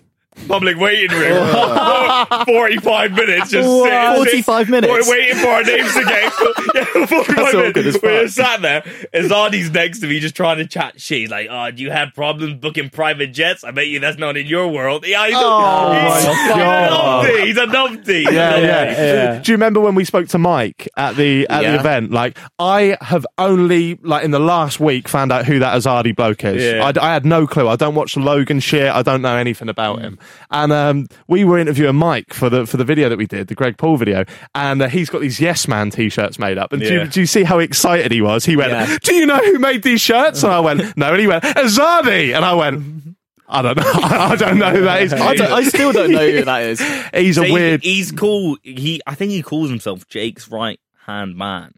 Speaker 2: Public waiting room, for forty-five minutes, just sitting,
Speaker 6: 45 minutes?
Speaker 2: we're waiting for our names to get. yeah, 45
Speaker 6: That's all
Speaker 2: minutes.
Speaker 6: good as
Speaker 2: we were
Speaker 6: fuck.
Speaker 2: sat there. Azadi's next to me, just trying to chat shit. He's like, "Oh, do you have problems booking private jets? I bet you that's not in your world." Yeah, he's,
Speaker 6: Oh,
Speaker 2: he's,
Speaker 6: my
Speaker 2: he's
Speaker 6: God.
Speaker 2: a numpty. He's a numpty.
Speaker 1: yeah, yeah,
Speaker 6: yeah.
Speaker 1: Do you remember when we spoke to Mike at the at
Speaker 2: Yeah.
Speaker 1: the event? Like, I have only like in the last week found out who that Azadi bloke is.
Speaker 2: Yeah.
Speaker 1: I, I had no clue. I don't watch Logan shit. I don't know anything about him. And um, we were interviewing Mike for the for the video that we did, the Greg Paul video, and uh, he's got these Yes Man t-shirts made up. And do,
Speaker 2: Yeah.
Speaker 1: you, do you see how excited he was? He went, "Do you know who made these shirts?" And I went, "No." And he went, "Azadi," and I went. I don't know. I don't know who that is.
Speaker 6: I, don't, I still don't know who that is.
Speaker 1: He's a
Speaker 2: So he-
Speaker 1: weird.
Speaker 2: he's cool. He, I think he calls himself Jake's right hand man.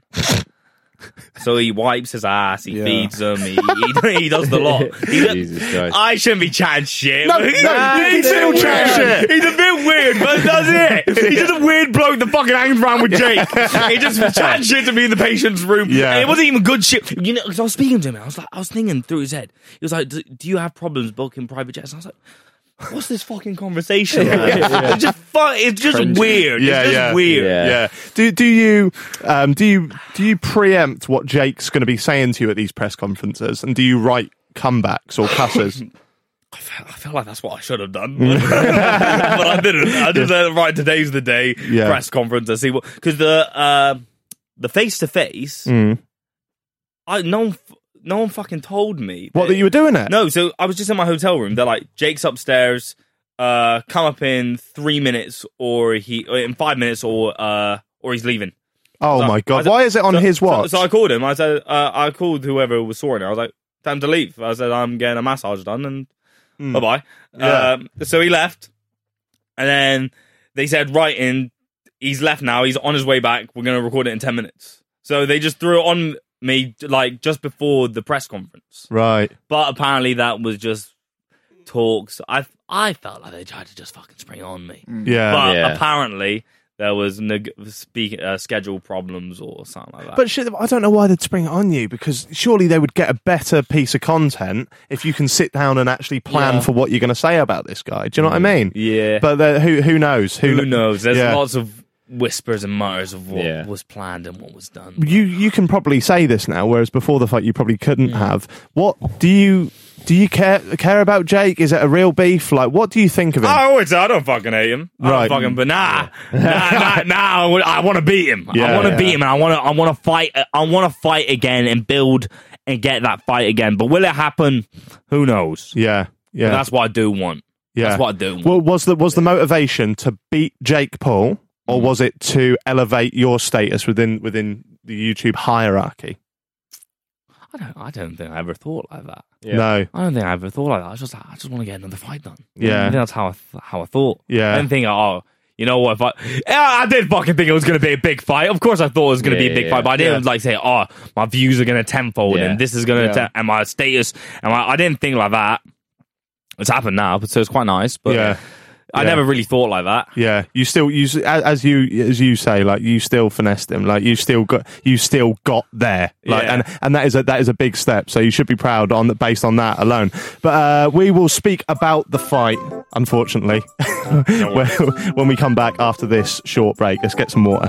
Speaker 2: so he wipes his ass. He
Speaker 6: Yeah.
Speaker 2: feeds him. He, he, he does the lot. He does-
Speaker 4: Jesus Christ.
Speaker 2: I shouldn't be chatting shit.
Speaker 1: No,
Speaker 2: but
Speaker 1: no,
Speaker 2: he's
Speaker 1: you
Speaker 2: a
Speaker 1: can
Speaker 2: bit
Speaker 1: still chat
Speaker 2: weird.
Speaker 1: shit.
Speaker 2: He's a bit weird, but that's it. He's just a weird bloke that fucking hangs around with Jake. he just chatting shit to me in the patient's room.
Speaker 1: Yeah.
Speaker 2: And it wasn't even good shit. You know, because I was speaking to him, and I was like, I was thinking through his head. He was like, "Do do you have problems booking private jets?" And I was like, What's this fucking conversation? man? It's just fun. It's just weird.
Speaker 1: Yeah,
Speaker 2: it's just
Speaker 1: yeah.
Speaker 2: weird.
Speaker 1: Yeah.
Speaker 4: Yeah.
Speaker 1: Do do you um, do you do you preempt what Jake's going to be saying to you at these press conferences, and do you write comebacks or cusses?
Speaker 2: I feel like that's what I should have done, but, but I didn't. I just said, right, today's the day
Speaker 1: Yeah.
Speaker 2: press conference. I see what because the uh, the face to face,
Speaker 1: Mm.
Speaker 2: I no one, f- no one fucking told me
Speaker 1: What that you were doing it?
Speaker 2: No, so I was just in my hotel room. They're like, Jake's upstairs. Uh, come up in three minutes, or he or in five minutes, or uh, or he's leaving.
Speaker 1: Oh
Speaker 2: So-
Speaker 1: my
Speaker 2: I
Speaker 1: god!
Speaker 2: said-
Speaker 1: Why is it on
Speaker 2: so-
Speaker 1: his
Speaker 2: so-
Speaker 1: watch?
Speaker 2: So, I called him. I said, uh, I called whoever was sorting it. I was like, time to leave. I said, I'm getting a massage done and bye bye.
Speaker 1: Hmm. Yeah.
Speaker 2: Um, so he left. And then they said, right, in, he's left now. He's on his way back. We're going to record it in 10 minutes. So they just threw it on me like just before the press conference.
Speaker 1: Right.
Speaker 2: But apparently that was just talks. I I felt like they tried to just fucking spring it on me.
Speaker 1: Um, Yeah.
Speaker 2: Mm. But
Speaker 4: Yeah.
Speaker 2: apparently there was neg- speak, uh, schedule problems or something like that.
Speaker 1: But shit, I don't know why they'd spring it on you because surely they would get a better piece of content if you can sit down and actually plan
Speaker 2: Yeah.
Speaker 1: for what you're going to say about this guy. Do you know what I mean?
Speaker 2: yeah,
Speaker 1: But the- who who knows?
Speaker 2: who
Speaker 1: kn-
Speaker 2: knows? There's
Speaker 1: yeah.
Speaker 2: lots of whispers and mutters of what
Speaker 4: Yeah.
Speaker 2: was planned and what was done.
Speaker 1: You you can probably say this now, whereas before the fight you probably couldn't
Speaker 2: Mm.
Speaker 1: have. What do you do? You care care about Jake? Is it a real beef? Like, what do you think of him?
Speaker 2: I always, Oh, I don't fucking hate him. I
Speaker 1: Right.
Speaker 2: don't fucking, but nah, nah, nah, nah. I, want to beat him. I
Speaker 1: Yeah,
Speaker 2: want to
Speaker 1: yeah.
Speaker 2: beat him, and I want to, I want to fight. I want to fight again and build and get that fight again. But will it happen? Who knows?
Speaker 1: yeah, yeah.
Speaker 2: But that's what I do want.
Speaker 1: yeah.
Speaker 2: That's what I do want.
Speaker 1: Well, was the was the motivation to beat Jake Paul,
Speaker 2: Mm.
Speaker 1: or was it to elevate your status within within the YouTube hierarchy?
Speaker 2: I don't, I don't think I ever thought like that.
Speaker 4: Yeah.
Speaker 1: No,
Speaker 2: I don't think I ever thought like that. I was just like, I just want to get another fight done.
Speaker 1: Yeah.
Speaker 2: I think that's how I, th- how I thought.
Speaker 1: Yeah.
Speaker 2: I didn't think, oh, you know what? If I, yeah, I did fucking think it was going to be a big fight. Of course, I thought it was going to
Speaker 4: Yeah,
Speaker 2: be a big
Speaker 4: yeah,
Speaker 2: fight, but I didn't like say, oh, my views are going to tenfold
Speaker 4: Yeah.
Speaker 2: and this is going to,
Speaker 6: Yeah.
Speaker 2: and my status, and my, I didn't think like that. It's happened now, but so it's quite nice. But
Speaker 1: Yeah.
Speaker 2: I
Speaker 1: Yeah.
Speaker 2: never really thought like that.
Speaker 1: yeah. You still you s- a- as you as you say, like you still finessed him, like you still got you still got there, like
Speaker 2: Yeah.
Speaker 1: and and that is a that is a big step. So you should be proud on based on that alone. But uh, we will speak about the fight, unfortunately, when, when we come back after this short break. Let's get some water.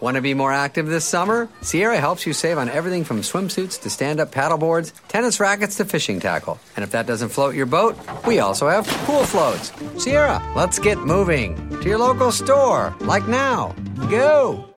Speaker 7: Want to be more active this summer? Sierra helps you save on everything from swimsuits to stand up paddleboards, tennis rackets to fishing tackle. And if that doesn't float your boat, we also have pool floats. Sierra, let's get moving to your local store, like now. Go!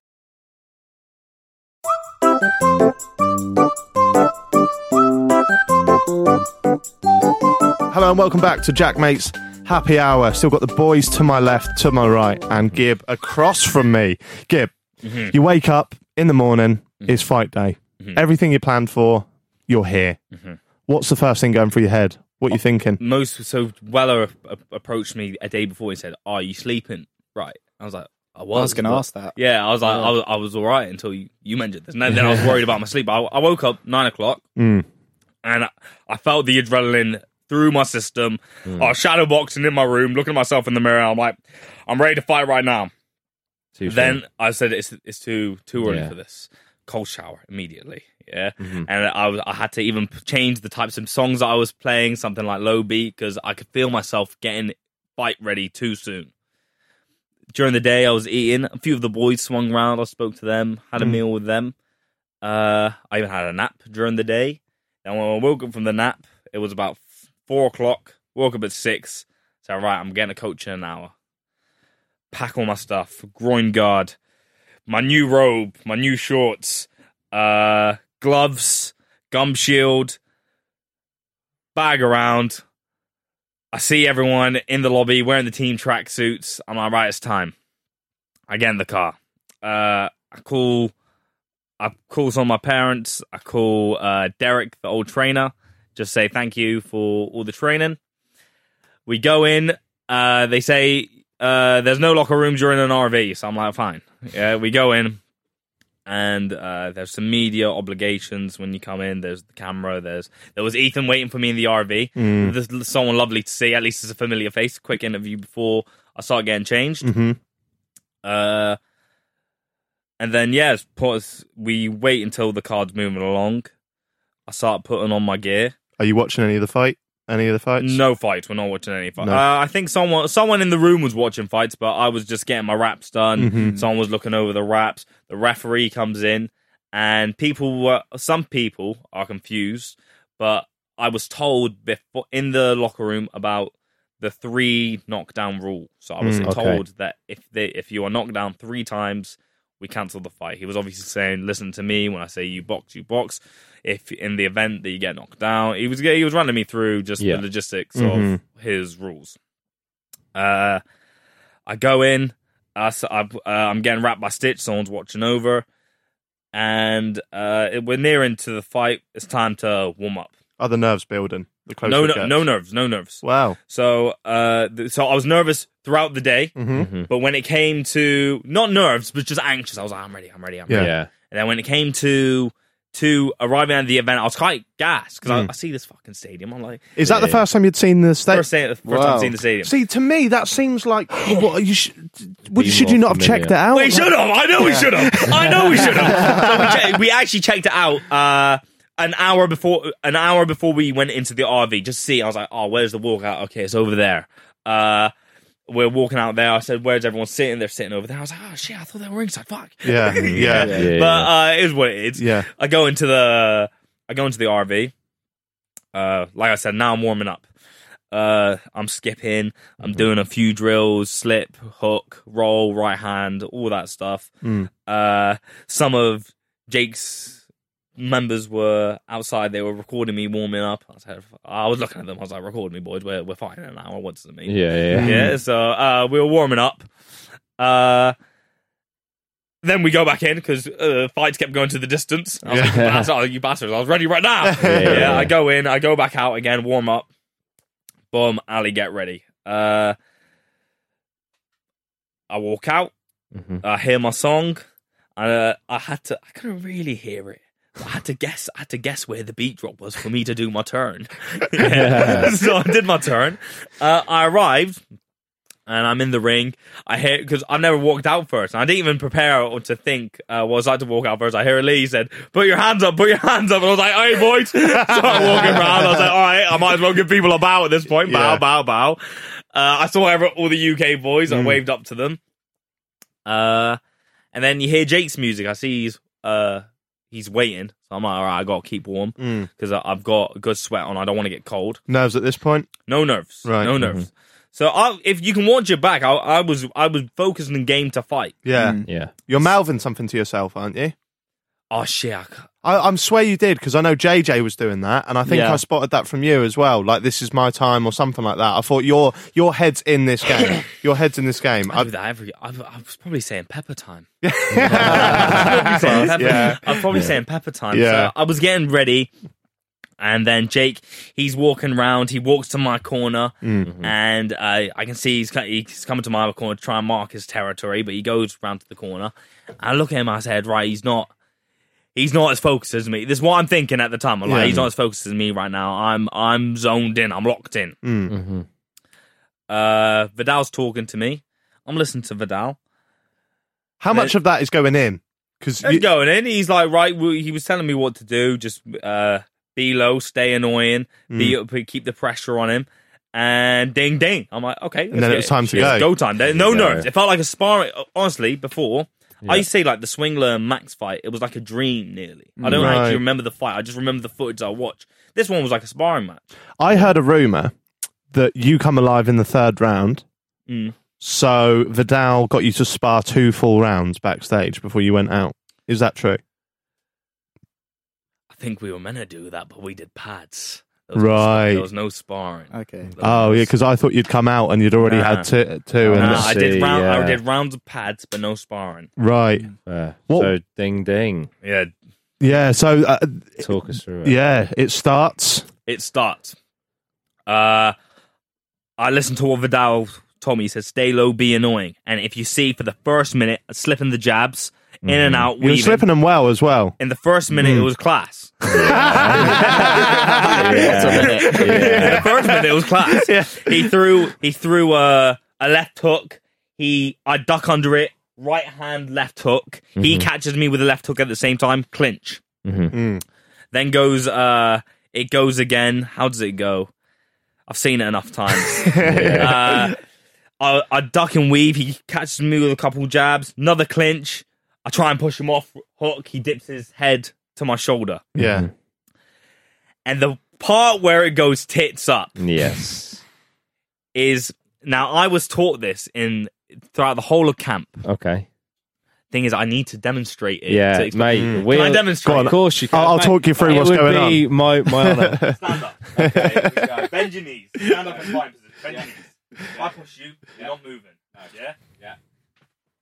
Speaker 1: Hello and welcome back to Jack Mate's Happy Hour. Still got the boys to my left, to my right, and Gib across from me. Gib,
Speaker 2: Mm-hmm.
Speaker 1: you wake up in the morning, it's fight day. Everything you planned for, you're here.
Speaker 2: Mm-hmm.
Speaker 1: What's the first thing going through your head? What you thinking?
Speaker 2: most so Weller a- a- approached me a day before and said, "Are you sleeping?" Right? I was like, "I was."
Speaker 6: was gonna
Speaker 2: but-
Speaker 6: ask that.
Speaker 2: Yeah, I was like, I, was, I was all right until you, you mentioned this, and then, then I was worried about my sleep. I, I woke up nine o'clock, and I, I felt the adrenaline through my system. I was shadow boxing in my room, looking at myself in the mirror. I'm like, I'm ready to fight right now.
Speaker 4: Too soon.
Speaker 2: Then I said, "It's it's too too early
Speaker 4: Yeah.
Speaker 2: for this." Cold shower immediately. Yeah, and I was I had to even p- change the types of songs that I was playing, something like low beat, because I could feel myself getting fight ready too soon. During the day, I was eating. A few of the boys swung round. I spoke to them, had a meal with them. Uh, I even had a nap during the day. Then when I woke up from the nap, it was about f- four o'clock. Woke up at six. So right, I'm getting a coach in an hour. Pack all my stuff, groin guard, my new robe, my new shorts, uh, gloves, gum shield, bag around. I see everyone in the lobby wearing the team tracksuits. I'm like, right, it's time. I get in the car. Uh, I call. I call some of my parents. I call uh, Derek, the old trainer. Just say thank you for all the training. We go in. Uh, they say uh, there's no locker rooms. You're in an RV. So I'm like, fine. Yeah, we go in, and uh, there's some media obligations when you come in. There's the camera. There's there was Ethan waiting for me in the RV. There's someone lovely to see. At least it's a familiar face. Quick interview before I start getting changed.
Speaker 1: Mhm.
Speaker 2: Uh, and then yeah, it's pause. We wait until the card's moving along. I start putting on my gear.
Speaker 1: Are you watching any of the fight? Any of the fights?
Speaker 2: No fights. We're not watching any fights.
Speaker 1: No.
Speaker 2: Uh, I think someone someone in the room was watching fights, but I was just getting my raps done.
Speaker 1: Mm-hmm.
Speaker 2: Someone was looking over the raps. The referee comes in, and people were some people are confused. But I was told before in the locker room about the three knockdown rule. So I was
Speaker 1: Mm, okay.
Speaker 2: told that if they, if you are knocked down three times, we cancel the fight. He was obviously saying, "Listen to me when I say you box, you box. If in the event that you get knocked down, he was he was running me through just
Speaker 4: Yeah.
Speaker 2: the logistics
Speaker 1: Mhm.
Speaker 2: of his rules." Uh, I go in. I, s- I, uh, I'm getting wrapped by Stitch. Someone's watching over, and uh, it- we're nearing to the fight. It's time to warm up.
Speaker 1: Are the nerves building? The closer
Speaker 2: No,
Speaker 1: it
Speaker 2: no,
Speaker 1: gets?
Speaker 2: no nerves, no nerves.
Speaker 1: Wow.
Speaker 2: So, uh, th- so I was nervous throughout the day, but when it came to not nerves, but just anxious, I was like, I'm ready, I'm ready, I'm
Speaker 1: Yeah.
Speaker 2: ready.
Speaker 4: Yeah.
Speaker 2: And then when it came to to arriving at the event, I was quite gassed because I, I see this fucking stadium. I'm like,
Speaker 1: Is that the first time you'd seen the state?
Speaker 2: first, sta- first time I've seen the stadium.
Speaker 1: See, to me, that seems like what you should. Would,
Speaker 4: Be
Speaker 1: should
Speaker 4: more
Speaker 1: you not have
Speaker 4: familiar.
Speaker 1: checked it out?
Speaker 2: we should have. I know we should have. I know we should have. So we, checked- we actually checked it out uh, an hour before an hour before we went into the RV just to see. I was like, oh, where's the walkout? Okay, it's over there. Uh, we're walking out there. I said, where's everyone sitting? They're sitting over there. I was like, oh shit, I thought they were inside. Fuck.
Speaker 1: Yeah, yeah, yeah.
Speaker 4: Yeah,
Speaker 2: but uh, it is what it is.
Speaker 1: Yeah.
Speaker 2: I go into the I go into the RV. Uh, like I said, now I'm warming up. Uh, I'm skipping.
Speaker 1: Mm-hmm.
Speaker 2: I'm doing a few drills: slip, hook, roll, right hand, all that stuff.
Speaker 1: Mm.
Speaker 2: Uh, some of Jake's members were outside. They were recording me warming up. I was, I was looking at them. I was like, "Record me, boys. We're we're fighting an hour. What does it mean?"
Speaker 4: yeah, yeah.
Speaker 2: Yeah, so uh, we were warming up. Uh, then we go back in because uh, fights kept going to the distance. I was like, you bastards, you bastards, I was ready right now. yeah,
Speaker 4: yeah.
Speaker 2: I go in, I go back out again, warm up. Boom, Ali, get ready. Uh, I walk out,
Speaker 4: Mm-hmm.
Speaker 2: I hear my song, and uh, I had to, I couldn't really hear it. I had to guess. I had to guess where the beat drop was for me to do my turn. so I did my turn. Uh, I arrived and I'm in the ring. I hear because I've never walked out first. And I didn't even prepare or to think uh, what it's like to walk out first. I hear Lee said, "Put your hands up, put your hands up," and I was like, "Hey, boys!" so I'm walking around. I was like, "All right, I might as well give people a bow at this point. Bow,
Speaker 1: Yeah.
Speaker 2: bow, bow." Uh, I saw every, all the UK boys. I waved up to them. Uh, and then you hear Jake's music. I see he's uh he's waiting. So I'm like, all right, I gotta keep warm because I've got a good sweat on. I don't want to get cold.
Speaker 1: Nerves at this point.
Speaker 2: No nerves.
Speaker 1: Right. mm-hmm.
Speaker 2: No nerves. So I, if you can watch it back, I, I was I was focused in game to fight.
Speaker 1: Yeah,
Speaker 4: Yeah.
Speaker 1: you're mouthing something to yourself, aren't you?
Speaker 2: Oh shit! I ca-
Speaker 1: I, I'm swear you did because I know JJ was doing that, and I think
Speaker 6: Yeah.
Speaker 1: I spotted that from you as well. Like this is my time or something like that. I thought your your head's in this game. your head's in this game.
Speaker 2: I
Speaker 1: I,
Speaker 2: do that every. I, I was probably saying pepper time.
Speaker 1: Yeah.
Speaker 2: I'm probably saying pepper time.
Speaker 1: Yeah.
Speaker 2: So I was getting ready, and then Jake, he's walking round. He walks to my corner,
Speaker 1: Mm.
Speaker 2: and uh, I can see he's co- he's coming to my corner to try and mark his territory. But he goes round to the corner. I look at him. I said, "Right, he's not." He's not as focused as me. This is what I'm thinking at the time. I'm like,
Speaker 1: Yeah.
Speaker 2: he's not as focused as me right now. I'm I'm zoned in. I'm locked in.
Speaker 1: Mm.
Speaker 2: Uh, Vidal's talking to me. I'm listening to Vidal.
Speaker 1: how much of that is going in? Because
Speaker 2: He's going in. He's like, right. Well, he was telling me what to do. Just uh, be low, stay annoying, be
Speaker 1: Mm.
Speaker 2: up, keep the pressure on him. And ding, ding. I'm like, okay. let's
Speaker 1: then it
Speaker 2: get
Speaker 1: was time to
Speaker 2: It's
Speaker 1: go.
Speaker 2: Go time. There- No
Speaker 4: Yeah.
Speaker 2: nerves. It felt like a sparring. Honestly, before I used to say like the Swingler and Max fight, it was like a dream nearly. I don't
Speaker 1: Right.
Speaker 2: actually remember the fight. I just remember the footage I watched. This one was like a sparring match.
Speaker 1: I heard a rumor that you come alive in the third round.
Speaker 2: Mm.
Speaker 1: So Vidal got you to spar two full rounds backstage before you went out. Is that true?
Speaker 2: I think we were meant to do that, but we did pads. There was
Speaker 1: Right.
Speaker 2: No, there was no sparring.
Speaker 6: Okay.
Speaker 1: Oh yeah, because I thought you'd come out and you'd already
Speaker 2: Nah.
Speaker 1: had two. two and
Speaker 2: Nah,
Speaker 4: let's
Speaker 2: I did
Speaker 4: see,
Speaker 2: round. I
Speaker 4: yeah.
Speaker 2: did rounds of pads, but no sparring.
Speaker 1: right,
Speaker 4: Uh,
Speaker 1: What-
Speaker 4: so ding ding.
Speaker 2: Yeah,
Speaker 1: yeah. So uh,
Speaker 4: Talk us through it.
Speaker 1: yeah, it starts.
Speaker 2: it starts. Uh, I listened to what Vidal told me. He said, "Stay low, be annoying." And if you see for the first minute, slipping the jabs in and out,
Speaker 1: You're
Speaker 2: weaving.
Speaker 1: slipping them well as well.
Speaker 2: In the first minute, it was class. In the first minute, it was class. He threw. He threw a, a left hook. He. I duck under it. Right hand, left hook. He catches me with a left hook at the same time. Clinch. Then goes. Uh, it goes again. How does it go? I've seen it enough times. uh, I, I duck and weave. He catches me with a couple jabs. Another clinch. I try and push him off hook. He dips his head to my shoulder.
Speaker 1: Yeah.
Speaker 2: And the part where it goes tits up
Speaker 4: Yes.
Speaker 2: is now I was taught this in throughout the whole of camp.
Speaker 4: Okay.
Speaker 2: Thing is, I need to demonstrate it.
Speaker 4: Yeah,
Speaker 2: to explain-
Speaker 4: mate. We'll,
Speaker 2: Can I demonstrate?
Speaker 4: Of course you can.
Speaker 1: I'll- I'll
Speaker 4: mate.
Speaker 1: talk you through
Speaker 4: it
Speaker 1: what's
Speaker 4: would
Speaker 1: going
Speaker 4: be My my honour.
Speaker 2: Stand up. Okay, here we go. Bend your knees. Stand up in fight position. Bend your knees. If I push you, you're not moving. Yeah? Yeah.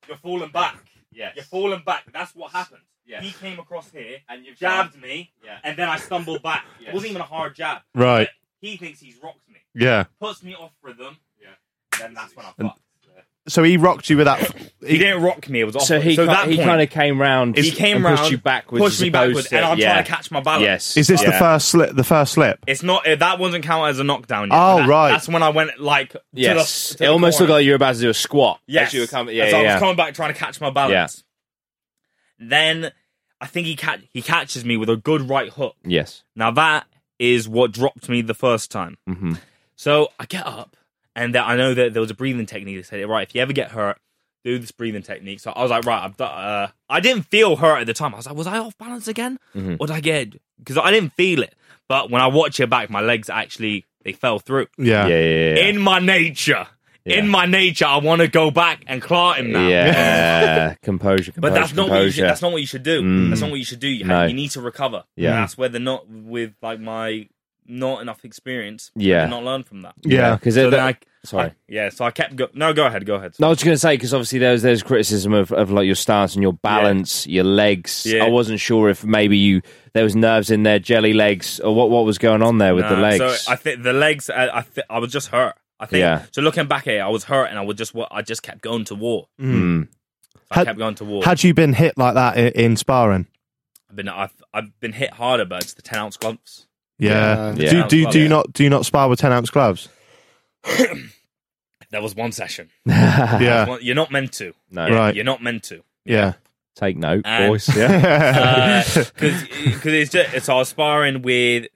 Speaker 2: You're falling back.
Speaker 8: Yes.
Speaker 2: You're falling back. That's what happened.
Speaker 8: Yes.
Speaker 2: He came across here
Speaker 8: And you've
Speaker 2: jabbed me,
Speaker 8: Yeah.
Speaker 2: and then I stumbled back.
Speaker 8: Yes.
Speaker 2: It wasn't even a hard jab.
Speaker 1: Right.
Speaker 2: He thinks he's rocked me.
Speaker 1: Yeah.
Speaker 2: Puts me off rhythm.
Speaker 8: Yeah.
Speaker 2: Then that's when I
Speaker 1: And-
Speaker 2: fucked.
Speaker 1: So he rocked you with that.
Speaker 2: He didn't rock me. It was off.
Speaker 6: So he,
Speaker 2: that
Speaker 6: he
Speaker 2: point,
Speaker 6: kind of came round.
Speaker 2: he came
Speaker 6: and
Speaker 2: round,
Speaker 6: pushed you backwards.
Speaker 2: pushed
Speaker 6: as
Speaker 2: me
Speaker 6: opposed
Speaker 2: backwards,
Speaker 6: to-
Speaker 2: and I'm
Speaker 6: yeah.
Speaker 2: trying to catch my balance.
Speaker 6: Yes.
Speaker 1: Is this the
Speaker 6: Yeah.
Speaker 1: first slip? The first slip.
Speaker 2: It's not uh, that wasn't counted as a knockdown. Yet.
Speaker 1: Oh,
Speaker 2: That-
Speaker 1: right.
Speaker 2: That's when I went like to
Speaker 6: Yes.
Speaker 2: the, to
Speaker 6: it
Speaker 2: the
Speaker 6: almost
Speaker 2: corner.
Speaker 6: looked like you were about to do a squat.
Speaker 2: yes.
Speaker 6: As you were coming. Yeah,
Speaker 2: As I
Speaker 6: yeah.
Speaker 2: was coming back trying to catch my balance. Then I think he ca- he catches me with a good right hook.
Speaker 6: Yes.
Speaker 2: Now that is what dropped me the first time.
Speaker 6: Mhm.
Speaker 2: So I get up, and there, I know that there was a breathing technique. They said, "Right, if you ever get hurt, do this breathing technique." So I was like, "Right, I've done." Uh, I didn't feel hurt at the time. I was like, "Was I off balance again,
Speaker 6: Mm-hmm.
Speaker 2: or did I get?" Because I didn't feel it, but when I watch it back, my legs actually they fell through.
Speaker 1: Yeah.
Speaker 6: Yeah, yeah, yeah. yeah.
Speaker 2: In my nature, in
Speaker 6: Yeah.
Speaker 2: my nature, I want to go back and claw him now.
Speaker 6: Yeah, composure, composure.
Speaker 2: But that's not what you should.
Speaker 6: composure.
Speaker 2: That's not what you should do.
Speaker 6: Mm.
Speaker 2: That's not what you should do. You,
Speaker 6: No.
Speaker 2: you need to recover.
Speaker 6: Yeah.
Speaker 2: And that's where they're not with like my not enough experience.
Speaker 6: Yeah.
Speaker 2: I did not learn from that.
Speaker 1: Yeah.
Speaker 6: because
Speaker 2: So
Speaker 6: they're
Speaker 2: then I,
Speaker 6: sorry.
Speaker 2: I- yeah. So I kept. Go- no, go ahead. Go ahead.
Speaker 6: No, I was just going to say because obviously there's there's criticism of, of like your stance and your balance, your legs.
Speaker 2: Yeah.
Speaker 6: I wasn't sure if maybe you there was nerves in there, jelly legs, or what what was going on there with the
Speaker 2: Nah,
Speaker 6: legs.
Speaker 2: So I think the legs. I I, th- I was just hurt. I think.
Speaker 6: Yeah.
Speaker 2: So looking back at it, I was hurt, and I was just. wa- I just kept going to war.
Speaker 6: Mm.
Speaker 2: So I
Speaker 1: Had-
Speaker 2: kept going to war.
Speaker 1: Had you been hit like that in, in sparring?
Speaker 2: I've been. I've, I've been hit harder, but it's the ten ounce gloves.
Speaker 1: Yeah.
Speaker 6: Yeah.
Speaker 1: Do do do you
Speaker 2: Yeah.
Speaker 1: not do you not spar with ten ounce gloves?
Speaker 2: There was one session.
Speaker 1: Yeah.
Speaker 2: One- You're not meant to.
Speaker 6: No,
Speaker 1: Right.
Speaker 2: You're not meant to.
Speaker 1: Yeah.
Speaker 6: take note,
Speaker 2: And-
Speaker 6: boys. Yeah,
Speaker 2: because Uh, it's just so I was sparring with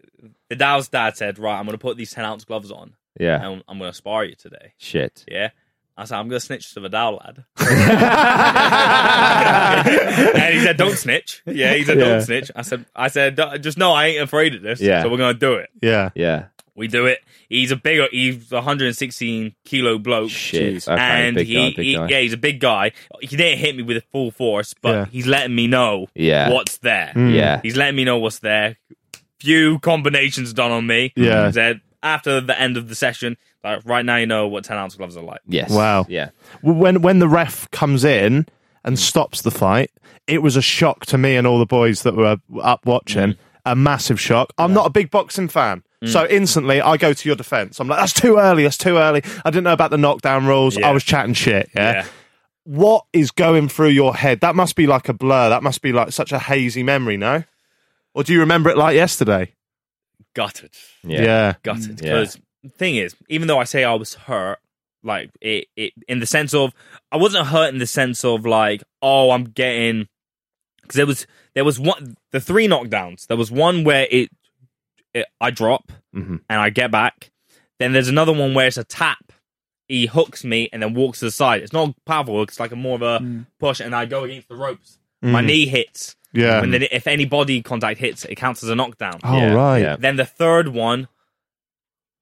Speaker 2: the Dow's dad said, right, I'm gonna put these ten ounce gloves on
Speaker 6: yeah.
Speaker 2: and I'm gonna spar you today.
Speaker 6: Shit.
Speaker 2: Yeah. I said, I'm gonna snitch to the Dow lad. and he said, Don't snitch. Yeah, he said, Don't
Speaker 1: Yeah.
Speaker 2: snitch. I said I said "Don't- just no, I ain't afraid of this.
Speaker 6: Yeah.
Speaker 2: So we're gonna do it.
Speaker 1: Yeah.
Speaker 6: Yeah,
Speaker 2: We do it. He's a big he's a hundred and sixteen kilo bloke.
Speaker 6: shit. Okay,
Speaker 2: and
Speaker 6: big
Speaker 2: he,
Speaker 6: guy, big
Speaker 2: he-
Speaker 6: guy.
Speaker 2: yeah, he's a big guy. He didn't hit me with a full force, but
Speaker 1: Yeah. Hmm.
Speaker 2: he's letting me know
Speaker 6: Yeah.
Speaker 2: what's there.
Speaker 6: Yeah.
Speaker 2: He's letting me know what's there. Few combinations done on me.
Speaker 1: Yeah.
Speaker 2: He Said after the end of the session, like, right now you know what 10 ounce gloves are like.
Speaker 6: Yes.
Speaker 1: Wow.
Speaker 6: Yeah.
Speaker 1: W- When when the ref comes in and stops the fight, it was a shock to me and all the boys that were up watching.
Speaker 2: Mm.
Speaker 1: A massive shock. I'm not a big boxing fan. So instantly I go to your defense. I'm like, that's too early, that's too early. I didn't know about the knockdown rules.
Speaker 2: Yeah.
Speaker 1: I was chatting shit. Yeah?
Speaker 2: Yeah.
Speaker 1: What is going through your head? That must be like a blur. That must be like such a hazy memory, no? Or do you remember it like yesterday?
Speaker 2: Gutted.
Speaker 6: Yeah.
Speaker 2: Gutted.
Speaker 6: Yeah.
Speaker 2: Because thing is, even though I say I was hurt, like it, it in the sense of I wasn't hurt in the sense of like, oh, I'm getting because there was there was one the three knockdowns. There was one where it, it I drop
Speaker 1: Mm-hmm.
Speaker 2: and I get back. Then there's another one where it's a tap. He hooks me and then walks to the side. It's not a powerful. hook, It's like a more of a push, and I go against the ropes. My knee hits.
Speaker 1: Mm. Yeah.
Speaker 2: And then if any body contact hits, it counts as a knockdown.
Speaker 1: Oh,
Speaker 6: Yeah.
Speaker 1: right.
Speaker 6: Yeah.
Speaker 2: Then the third one,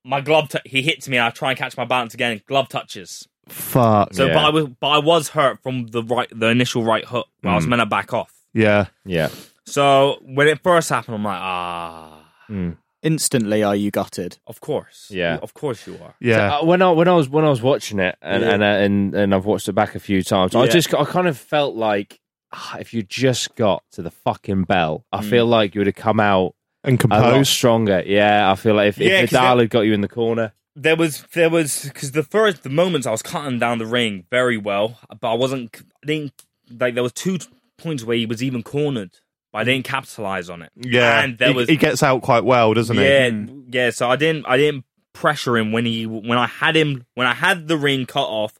Speaker 2: my glove. T- he hits me. I try and catch my balance again. Glove touches.
Speaker 1: Fuck.
Speaker 2: So,
Speaker 6: Yeah.
Speaker 2: but I was, but I was hurt from the right, the initial right hook. I
Speaker 1: Mm.
Speaker 2: was meant to back off.
Speaker 1: Yeah.
Speaker 6: Yeah.
Speaker 2: So when it first happened, I'm like, ah,
Speaker 1: Mm.
Speaker 9: Instantly, are you gutted?
Speaker 2: of course,
Speaker 6: Yeah.
Speaker 2: of course you are.
Speaker 1: Yeah.
Speaker 6: Uh, when I when I was when I was watching it and and, uh, and and I've watched it back a few times, I
Speaker 2: Yeah.
Speaker 6: just I kind of felt like ah, if you just got to the fucking bell,
Speaker 2: Mm.
Speaker 6: I feel like you would have come out
Speaker 1: and
Speaker 6: a lot
Speaker 1: composed.
Speaker 6: stronger. Yeah, I feel like if,
Speaker 2: Yeah,
Speaker 6: if
Speaker 2: 'cause
Speaker 6: Vidal
Speaker 2: that-
Speaker 6: had got you in the corner,
Speaker 2: There was, there was, because the first, the moments I was cutting down the ring very well, but I wasn't, I didn't like there was two points where he was even cornered, but I didn't capitalize on it.
Speaker 1: Yeah,
Speaker 2: and there
Speaker 1: he,
Speaker 2: was
Speaker 1: he gets out quite well, doesn't he?
Speaker 2: yeah, yeah. So I didn't, I didn't pressure him when he, when I had him, when I had the ring cut off.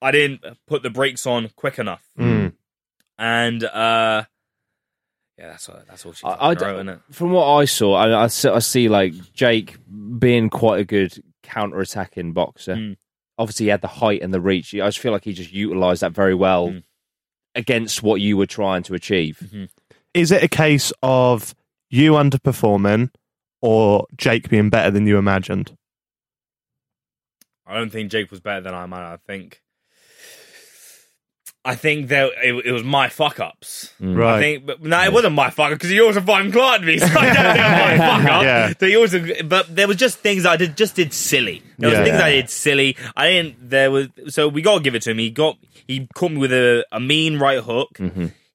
Speaker 2: I didn't put the brakes on quick enough,
Speaker 6: Hmm.
Speaker 2: and uh yeah, that's what, that's all she.
Speaker 6: I, I
Speaker 2: wrote,
Speaker 6: don't-
Speaker 2: isn't it?
Speaker 6: from what I saw, I, I see, I see, like Jake being quite a good counter attacking boxer.
Speaker 2: Mm.
Speaker 6: Obviously, he had the height and the reach. I just feel like he just utilized that very well
Speaker 2: Mm.
Speaker 6: against what you were trying to achieve.
Speaker 2: Mm-hmm.
Speaker 1: Is it a case of you underperforming or Jake being better than you imagined?
Speaker 2: I don't think Jake was better than I am. I think. I think that it, it was my fuck ups.
Speaker 6: Hmm.
Speaker 1: Right.
Speaker 2: Hmm. I think, but no, it wasn't my fuck up because he also fucking climbed me, so I don't think it's my fuck up.
Speaker 1: Yeah.
Speaker 2: So he also, but there was just things I did, just did silly. There was
Speaker 1: Yeah.
Speaker 2: things I did silly. I didn't. There was so we gotta give it to him. He got he caught me with a, a mean right hook.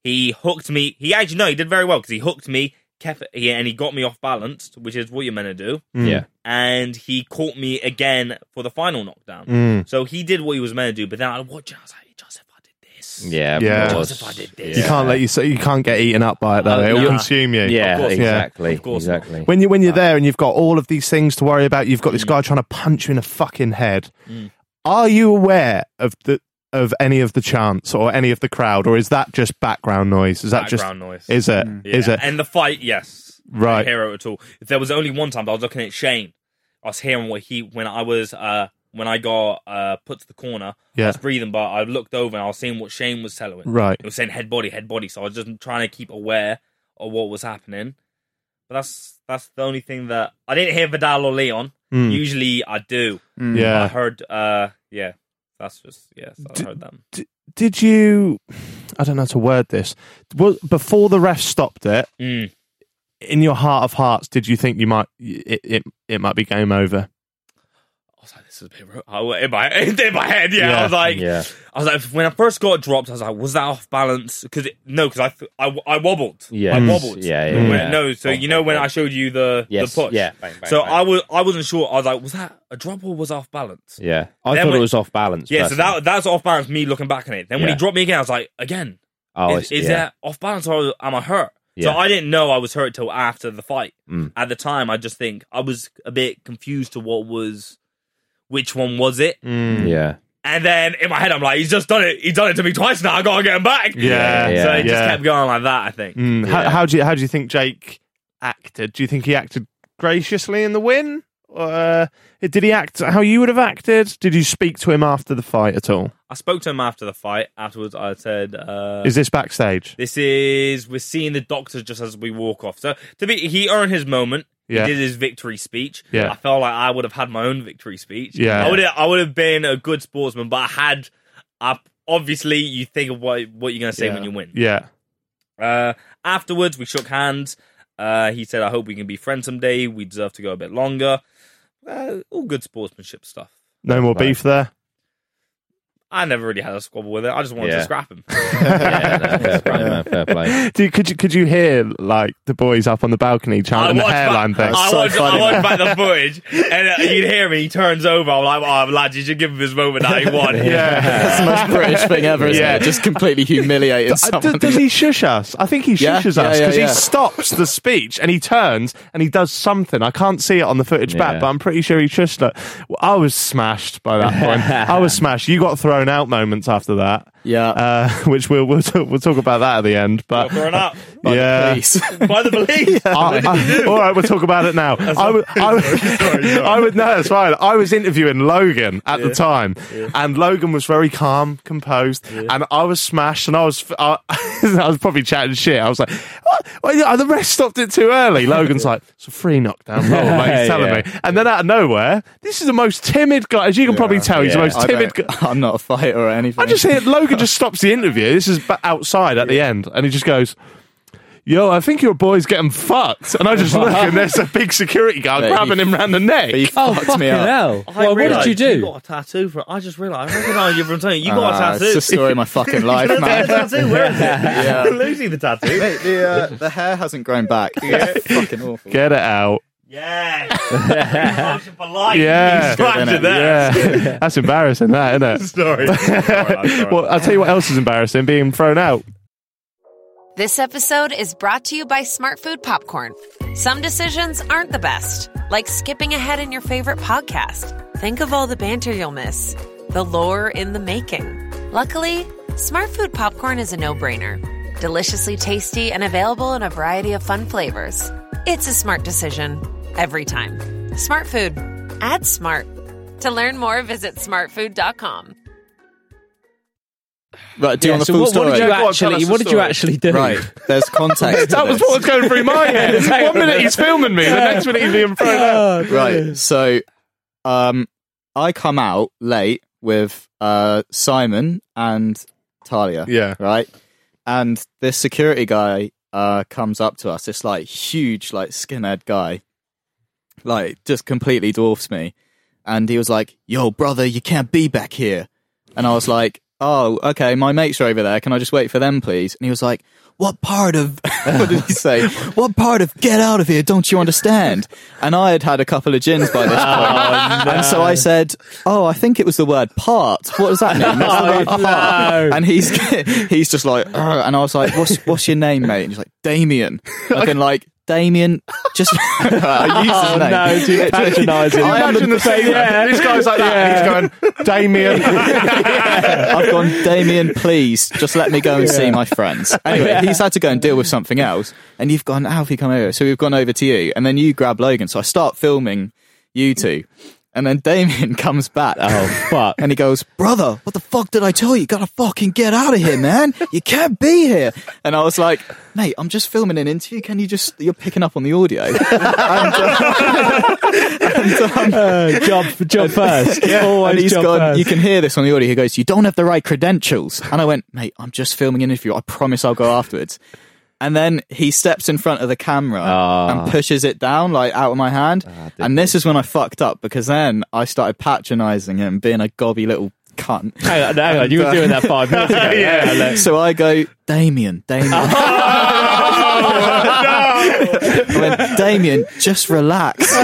Speaker 2: He hooked me. He actually no, he did very well because he hooked me, kept yeah, and he got me off balanced, which is what you're meant to do
Speaker 6: Mm.
Speaker 4: Yeah.
Speaker 2: and he caught me again for the final knockdown. So he did what he was meant to do, but then I watched it, I was like, Joseph, I did this.
Speaker 4: Yeah.
Speaker 1: Yeah.
Speaker 4: of course.
Speaker 2: Joseph, I did this.
Speaker 1: You can't let you say you can't get eaten up by it though.
Speaker 2: Oh,
Speaker 1: It'll
Speaker 2: nah.
Speaker 1: consume you.
Speaker 4: Yeah,
Speaker 2: Of course.
Speaker 4: exactly.
Speaker 2: Of course not.
Speaker 4: exactly.
Speaker 1: When you when you're
Speaker 2: Uh,
Speaker 1: there and you've got all of these things to worry about, you've got
Speaker 2: Hmm.
Speaker 1: this guy trying to punch you in the fucking head. Are you aware of the of any of the chants or any of the crowd, or is that just background noise? Is that
Speaker 2: Background noise. Hmm.
Speaker 1: just is it? Is
Speaker 2: Yeah.
Speaker 1: it?
Speaker 2: And the fight, yes.
Speaker 1: Right.
Speaker 2: No hero at all. There was only one time that I was looking at Shane. I was hearing what he when I was uh when I got uh put to the corner,
Speaker 1: Yeah.
Speaker 2: I was breathing, but I looked over and I was seeing what Shane was telling.
Speaker 1: Right.
Speaker 2: It was saying head body, head body. So I was just trying to keep aware of what was happening. But that's that's the only thing that I didn't hear Vidal or Leon.
Speaker 1: Mm.
Speaker 2: Usually I do. I
Speaker 1: Hmm. Yeah.
Speaker 2: heard uh yeah. That's just yes, I heard them.
Speaker 1: Did you? I don't know how to word this. Was, before the ref stopped it,
Speaker 2: Mm.
Speaker 1: in your heart of hearts, did you think you might it it, it might be game over?
Speaker 2: I was like, this is a bit rough. I, in, my, in my head, yeah,
Speaker 1: Yeah.
Speaker 2: I was like,
Speaker 4: Yeah.
Speaker 2: I was like, when I first got dropped, I was like, was that off balance? Because no, because I, th- I, I wobbled.
Speaker 4: Yes.
Speaker 2: I wobbled.
Speaker 4: Yeah, yeah,
Speaker 2: When-
Speaker 4: yeah.
Speaker 2: No, so you know when I showed you the
Speaker 4: Yes,
Speaker 2: the push.
Speaker 4: yeah. Bang, bang,
Speaker 2: so
Speaker 4: bang.
Speaker 2: I was I wasn't sure. I was like, was that a drop or was it off balance?
Speaker 4: Yeah. I
Speaker 2: Then
Speaker 4: thought
Speaker 2: when-
Speaker 4: it was off balance.
Speaker 2: Yeah, so
Speaker 4: personally.
Speaker 2: that that's off balance. Me looking back on it. Then when
Speaker 4: Yeah.
Speaker 2: he dropped me again, I was like, again,
Speaker 4: Oh,
Speaker 2: is,
Speaker 4: it's-
Speaker 2: is
Speaker 4: yeah.
Speaker 2: that off balance or am I hurt?
Speaker 4: Yeah. Mm.
Speaker 2: So I didn't know I was hurt till after the fight. At the time, I just think I was a bit confused to what was, which one was it?
Speaker 6: Mm.
Speaker 4: Yeah.
Speaker 2: And then in my head, I'm like, he's just done it. He's done it to me twice now. I gotta get him back.
Speaker 1: Yeah,
Speaker 4: yeah,
Speaker 2: so it just
Speaker 1: yeah.
Speaker 2: kept going like that. I think.
Speaker 1: Mm, how,
Speaker 4: Yeah.
Speaker 1: how do you how do you think Jake acted? Do you think he acted graciously in the win? Uh, did he act how you would have acted? Did you speak to him after the fight at all?
Speaker 2: I spoke to him after the fight. Afterwards, I said, uh,
Speaker 1: Is this backstage?
Speaker 2: "This is we're seeing the doctor just as we walk off." So to be, he earned his moment.
Speaker 1: Yeah.
Speaker 2: He did his victory speech.
Speaker 1: Yeah.
Speaker 2: I felt like I would have had my own victory speech.
Speaker 1: Yeah.
Speaker 2: I would. I would have been a good sportsman, but I had. I, obviously, you think of what what you're gonna say when you win.
Speaker 1: Yeah,
Speaker 2: Uh, afterwards, we shook hands. Uh, he said, "I hope we can be friends someday. We deserve to go a bit longer." Uh, all good sportsmanship stuff.
Speaker 1: no more beef there.
Speaker 2: I never really had a squabble with it. I just wanted
Speaker 4: Yeah.
Speaker 2: to scrap him.
Speaker 4: yeah, no, fair play, man. Fair play.
Speaker 1: Do, could you could you hear like the boys up on the balcony chanting the
Speaker 2: watched back-
Speaker 1: hairline thing?
Speaker 2: I watched, I watched back the footage, and uh, you'd hear me. He turns over. I'm like, "Oh, lad, you should give him his moment that he won."
Speaker 1: yeah.
Speaker 6: That's the most British thing ever, isn't
Speaker 1: Yeah.
Speaker 6: it? Just completely humiliating
Speaker 1: Uh,
Speaker 6: someone.
Speaker 1: d- does he shush us? I think he
Speaker 6: Yeah,
Speaker 1: shushes us
Speaker 6: yeah,
Speaker 1: 'cause us
Speaker 6: yeah,
Speaker 1: because
Speaker 6: yeah.
Speaker 1: he stops the speech and he turns and he does something. I can't see it on the footage
Speaker 4: Yeah.
Speaker 1: back, but I'm pretty sure he shushed us. Well, I was smashed by that point. I was smashed. You got thrown out moments after that,
Speaker 6: Yeah.
Speaker 1: uh, which we'll we'll, t- we'll talk about that at the end. But
Speaker 2: Thrown up
Speaker 1: yeah.
Speaker 6: Please.
Speaker 2: by the police.
Speaker 1: I- I- all right, we'll talk about it now. I would, I would, I would, no, it's fine. I was interviewing Logan at the time, and Logan was very calm, composed, and I was smashed, and I was, I, I was probably chatting shit. I was like, what? Well, yeah, the rest stopped it too early. Logan's like, it's a free knockdown roll, mate. He's telling
Speaker 4: Yeah.
Speaker 1: me, and then out of nowhere, this is the most timid guy, as you can probably tell. He's the
Speaker 4: Yeah.
Speaker 1: most
Speaker 6: I
Speaker 1: timid. guy.
Speaker 6: don't- I'm not a fighter or anything.
Speaker 1: I just hear Logan just stops the interview. This is ba- outside at the end, and he just goes, "Yo, I think your boy's getting fucked." And I just look, and there's a big security guard
Speaker 6: Mate,
Speaker 1: grabbing
Speaker 6: he-
Speaker 1: him round the neck.
Speaker 6: He
Speaker 10: Oh,
Speaker 6: fucked
Speaker 10: fucking
Speaker 6: me up.
Speaker 10: hell.
Speaker 2: I
Speaker 10: Well, what did
Speaker 2: realised
Speaker 10: you do?
Speaker 2: got a tattoo for. I just realised. I recognise you from something. You
Speaker 6: Ah,
Speaker 2: got a
Speaker 6: It's the
Speaker 2: tattoo.
Speaker 6: story of my fucking life,
Speaker 2: Look at the
Speaker 6: man.
Speaker 2: tattoo. Where is it? Lucy the tattoo.
Speaker 6: Mate, the, uh, the hair hasn't grown back. It's fucking awful.
Speaker 1: Get it out.
Speaker 2: Yeah. Emotion for life.
Speaker 1: Yeah.
Speaker 2: You scratched it there.
Speaker 1: Yeah, that's embarrassing, that isn't
Speaker 2: Sorry.
Speaker 1: it? Well, I'll tell you what else is embarrassing: being thrown out.
Speaker 11: This episode is brought to you by Smart Food Popcorn. Some decisions aren't the best, like skipping ahead in your favorite podcast. Think of all the banter you'll miss, the lore in the making. Luckily, Smart Food Popcorn is a no brainer, deliciously tasty and available in a variety of fun flavors. It's a smart decision every time. Smart Food. Add smart. To learn more, visit smartfood.com.
Speaker 6: Right, do you
Speaker 10: Yeah,
Speaker 6: want the
Speaker 10: so
Speaker 6: full
Speaker 10: what,
Speaker 6: story?
Speaker 10: what did you
Speaker 1: Go on, tell us
Speaker 10: actually?
Speaker 1: the
Speaker 10: What did you
Speaker 1: story.
Speaker 10: actually do?
Speaker 6: Right, there's context. to
Speaker 1: That was
Speaker 6: this.
Speaker 1: what was going through my head. One minute he's filming me, the next minute he's being thrown out.
Speaker 6: right. So, um, I come out late with uh Simon uh, and Talia.
Speaker 1: Yeah.
Speaker 6: Right? And this security guy uh, comes up to us, this like huge, like skinhead guy, like just completely dwarfs me. And he was like, Yo, brother, you can't be back here. And I was like, Oh, okay, my mates are over there. Can I just wait for them, please? And he was like, What part of, what did he say? What part of get out of here don't you understand? And I had had a couple of gins by this point.
Speaker 1: Oh,
Speaker 6: And so I said, Oh, I think it was the word part. What does that mean? What's the
Speaker 1: Oh,
Speaker 6: word part? And he's, he's just like, "Ugh." And I was like, What's, what's your name, mate? And he's like, Damien. I've been like, Damien, just I used
Speaker 1: Oh,
Speaker 6: his name.
Speaker 2: no, dude, patronising.
Speaker 1: Can you
Speaker 6: I am
Speaker 1: imagine the same?
Speaker 2: Yeah.
Speaker 1: This guy's like that. He's going, Damien.
Speaker 6: I've gone, Damien, please just let me go and see my friends. Anyway, he's had to go and deal with something else. And you've gone, Alfie, come over. So we've gone over to you. And then you grab Logan. So I start filming you two. And then Damien comes back.
Speaker 2: Oh, fuck.
Speaker 6: And he goes, Brother, what the fuck did I tell you? You gotta fucking get out of here, man. You can't be here. And I was like, Mate, I'm just filming an interview. Can you just, you're picking up on the audio. and, uh, and, um,
Speaker 2: Uh, job, job first. Always
Speaker 6: and he's
Speaker 2: job
Speaker 6: gone,
Speaker 2: first.
Speaker 6: you can hear this on the audio. He goes, You don't have the right credentials. And I went, Mate, I'm just filming an interview. I promise I'll go afterwards. And then he steps in front of the camera
Speaker 2: Ah.
Speaker 6: and pushes it down, like out of my hand. and this is when I fucked up because then I started patronizing him, being a gobby little cunt.
Speaker 2: Hang on, hang on, you were doing that five minutes ago. yeah.
Speaker 6: So I go, Damien, Damien. I went, Damien, just relax.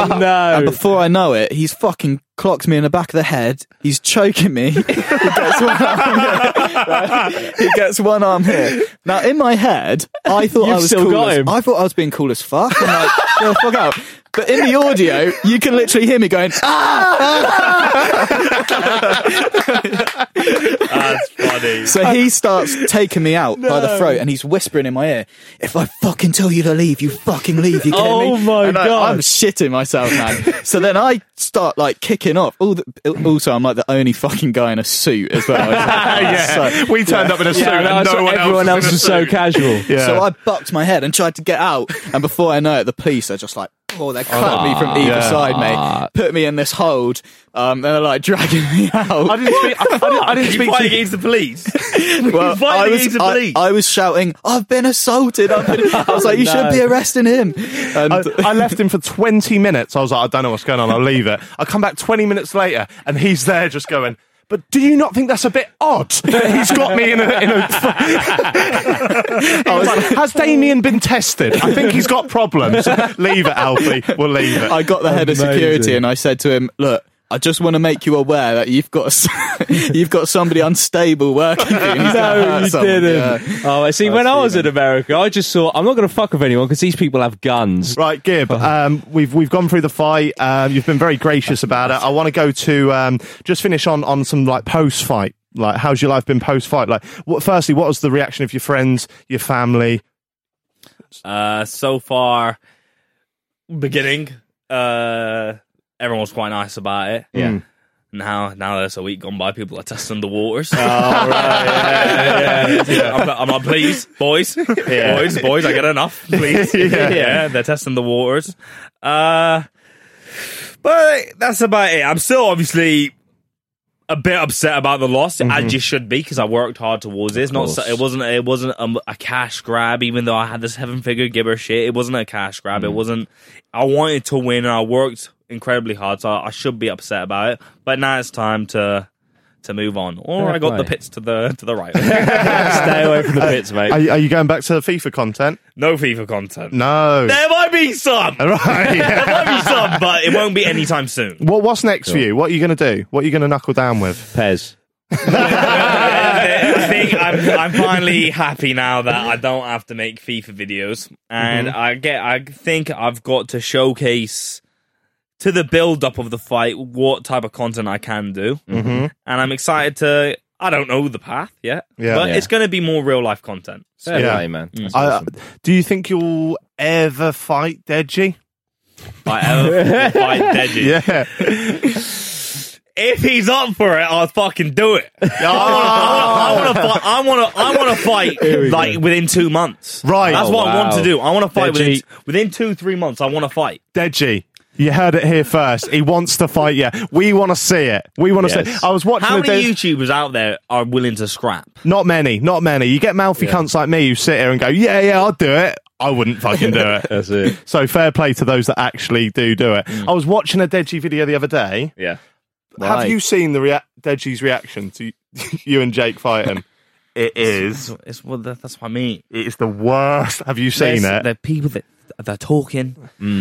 Speaker 2: Oh,
Speaker 6: And
Speaker 2: no.
Speaker 6: before I know it, he's fucking clocked me in the back of the head. He's choking me. he, gets one arm here. he gets one arm here. Now, in my head, I thought
Speaker 2: You've
Speaker 6: I was
Speaker 2: still
Speaker 6: cool
Speaker 2: got
Speaker 6: as-
Speaker 2: him.
Speaker 6: I thought I was being cool as fuck. I'm like, yo, fuck out. But in the audio, you can literally hear me going,
Speaker 2: That's funny.
Speaker 6: So he starts taking me out by the throat and he's whispering in my ear, If I fucking tell you to leave, you fucking leave, you kidding
Speaker 2: Oh
Speaker 6: me?
Speaker 2: my
Speaker 6: And I-
Speaker 2: God.
Speaker 6: I'm shitting myself, man. so then I start like kicking off. All the, also, I'm like the only fucking guy in a suit as well.
Speaker 5: yeah,
Speaker 6: So-
Speaker 5: we turned up in a suit
Speaker 2: Yeah,
Speaker 5: and
Speaker 2: no,
Speaker 5: no one
Speaker 2: everyone else
Speaker 5: else
Speaker 2: is
Speaker 5: was in a
Speaker 2: so
Speaker 5: suit.
Speaker 2: casual.
Speaker 1: Yeah.
Speaker 6: So I bucked my head and tried to get out. And before I know it, the police are just like, oh, they're cutting me from either
Speaker 1: Yeah.
Speaker 6: side, mate. Put me in this hold. Um, and they're like dragging me out.
Speaker 1: I didn't speak. I, didn't, I didn't speak.
Speaker 2: fight
Speaker 1: To,
Speaker 2: against the police.
Speaker 6: Well,
Speaker 2: Why
Speaker 6: I
Speaker 2: do you
Speaker 6: was,
Speaker 2: need to
Speaker 6: I-
Speaker 2: bleed?
Speaker 6: I was shouting, I've been assaulted. I've been, I was like, you should be arresting him. And
Speaker 1: I, I left him for 20 minutes. I was like, I don't know what's going on. I'll leave it. I come back 20 minutes later and he's there just going, but do you not think that's a bit odd that he's got me in a. In a I was like, Has Damien been tested? I think he's got problems. leave it, Alfie. We'll leave it.
Speaker 6: I got the head of security
Speaker 2: Amazing.
Speaker 6: and I said to him, look, I just want to make you aware that you've got s- you've got somebody unstable working for you. and he's gonna
Speaker 2: No,
Speaker 6: hurt
Speaker 2: you
Speaker 6: someone.
Speaker 2: didn't.
Speaker 6: Yeah.
Speaker 2: Oh, I see. When I was in
Speaker 6: leaving.
Speaker 2: America, I just saw I'm not going to fuck with anyone because these people have guns.
Speaker 1: Right, Gib. Um, we've we've gone through the fight. Um, you've been very gracious about it. I want to go to um, just finish on on some like post fight. Like, how's your life been post fight? Like, what, firstly, what was the reaction of your friends, your family?
Speaker 2: Uh, so far, beginning, uh, everyone was quite nice about it. Yeah. Now, now that's a week gone by, people are testing the waters. Oh, right. yeah, yeah, yeah. I'm, like- I'm like, please, boys, boys, boys, I get enough, please. yeah. they're testing the waters. Uh, but that's about it. I'm still obviously a bit upset about the loss, as you should be, because I worked hard towards this. Not so, it wasn't it wasn't um, a cash grab, even though I had this seven figure gibber shit. It wasn't a cash grab. It wasn't. I wanted to win, and I worked incredibly hard, so I, I should be upset about it. But now it's time to. To move on, or I got the
Speaker 4: play.
Speaker 2: pits to the to the right. Stay away from the pits, mate.
Speaker 1: Are, you- are you going back to the FIFA content?
Speaker 2: no FIFA content.
Speaker 1: No.
Speaker 2: There might be some.
Speaker 1: Right. yeah.
Speaker 2: There might be some, but it won't be anytime soon.
Speaker 1: What what's next for you? What are you going to do? What are you going to knuckle down with?
Speaker 4: Pez.
Speaker 2: I think I'm, I'm finally happy now that I don't have to make FIFA videos, and
Speaker 1: Mm-hmm.
Speaker 2: I get. I think I've got to showcase to the build up of the fight what type of content I can do, mm-hmm. and I'm excited to. I don't know the path yet,
Speaker 1: Yeah.
Speaker 2: but
Speaker 1: Yeah.
Speaker 2: it's going to be more real life content.
Speaker 4: Fair
Speaker 1: Yeah.
Speaker 4: play, man.
Speaker 6: Mm.
Speaker 4: That's
Speaker 1: I,
Speaker 4: awesome.
Speaker 1: do you think you'll ever fight Deji?
Speaker 2: By, uh, by Deji.
Speaker 1: Yeah.
Speaker 2: If he's up for it, I'll fucking do it. I want
Speaker 1: Ah.
Speaker 2: to. I want to. I want to fight like within two months.
Speaker 1: Right.
Speaker 2: That's
Speaker 1: Oh,
Speaker 2: what I want
Speaker 4: wow.
Speaker 2: to do. I want to fight
Speaker 4: Deji.
Speaker 2: within within two three months. I want to fight.
Speaker 1: Deji. You heard it here first. He wants to fight you. We want to see it. We want to see.
Speaker 2: Yes.
Speaker 1: It. I was watching.
Speaker 2: How
Speaker 1: the
Speaker 2: many
Speaker 1: day-
Speaker 2: YouTubers out there are willing to scrap?
Speaker 1: Not many, not many. You get mouthy cunts like me who sit here and go, yeah, yeah, I'll do it. I wouldn't fucking do it.
Speaker 4: That's it.
Speaker 1: So fair play to those that actually do do it. I was watching a Deji video the other day.
Speaker 4: Yeah.
Speaker 1: Have
Speaker 6: Right.
Speaker 1: you seen the rea- Deji's reaction to you and Jake fighting?
Speaker 5: It is.
Speaker 2: It's well, that, that's what I mean.
Speaker 5: It's the worst.
Speaker 1: Have you seen
Speaker 2: There's-
Speaker 1: it?
Speaker 2: The people that they're talking
Speaker 4: Mm.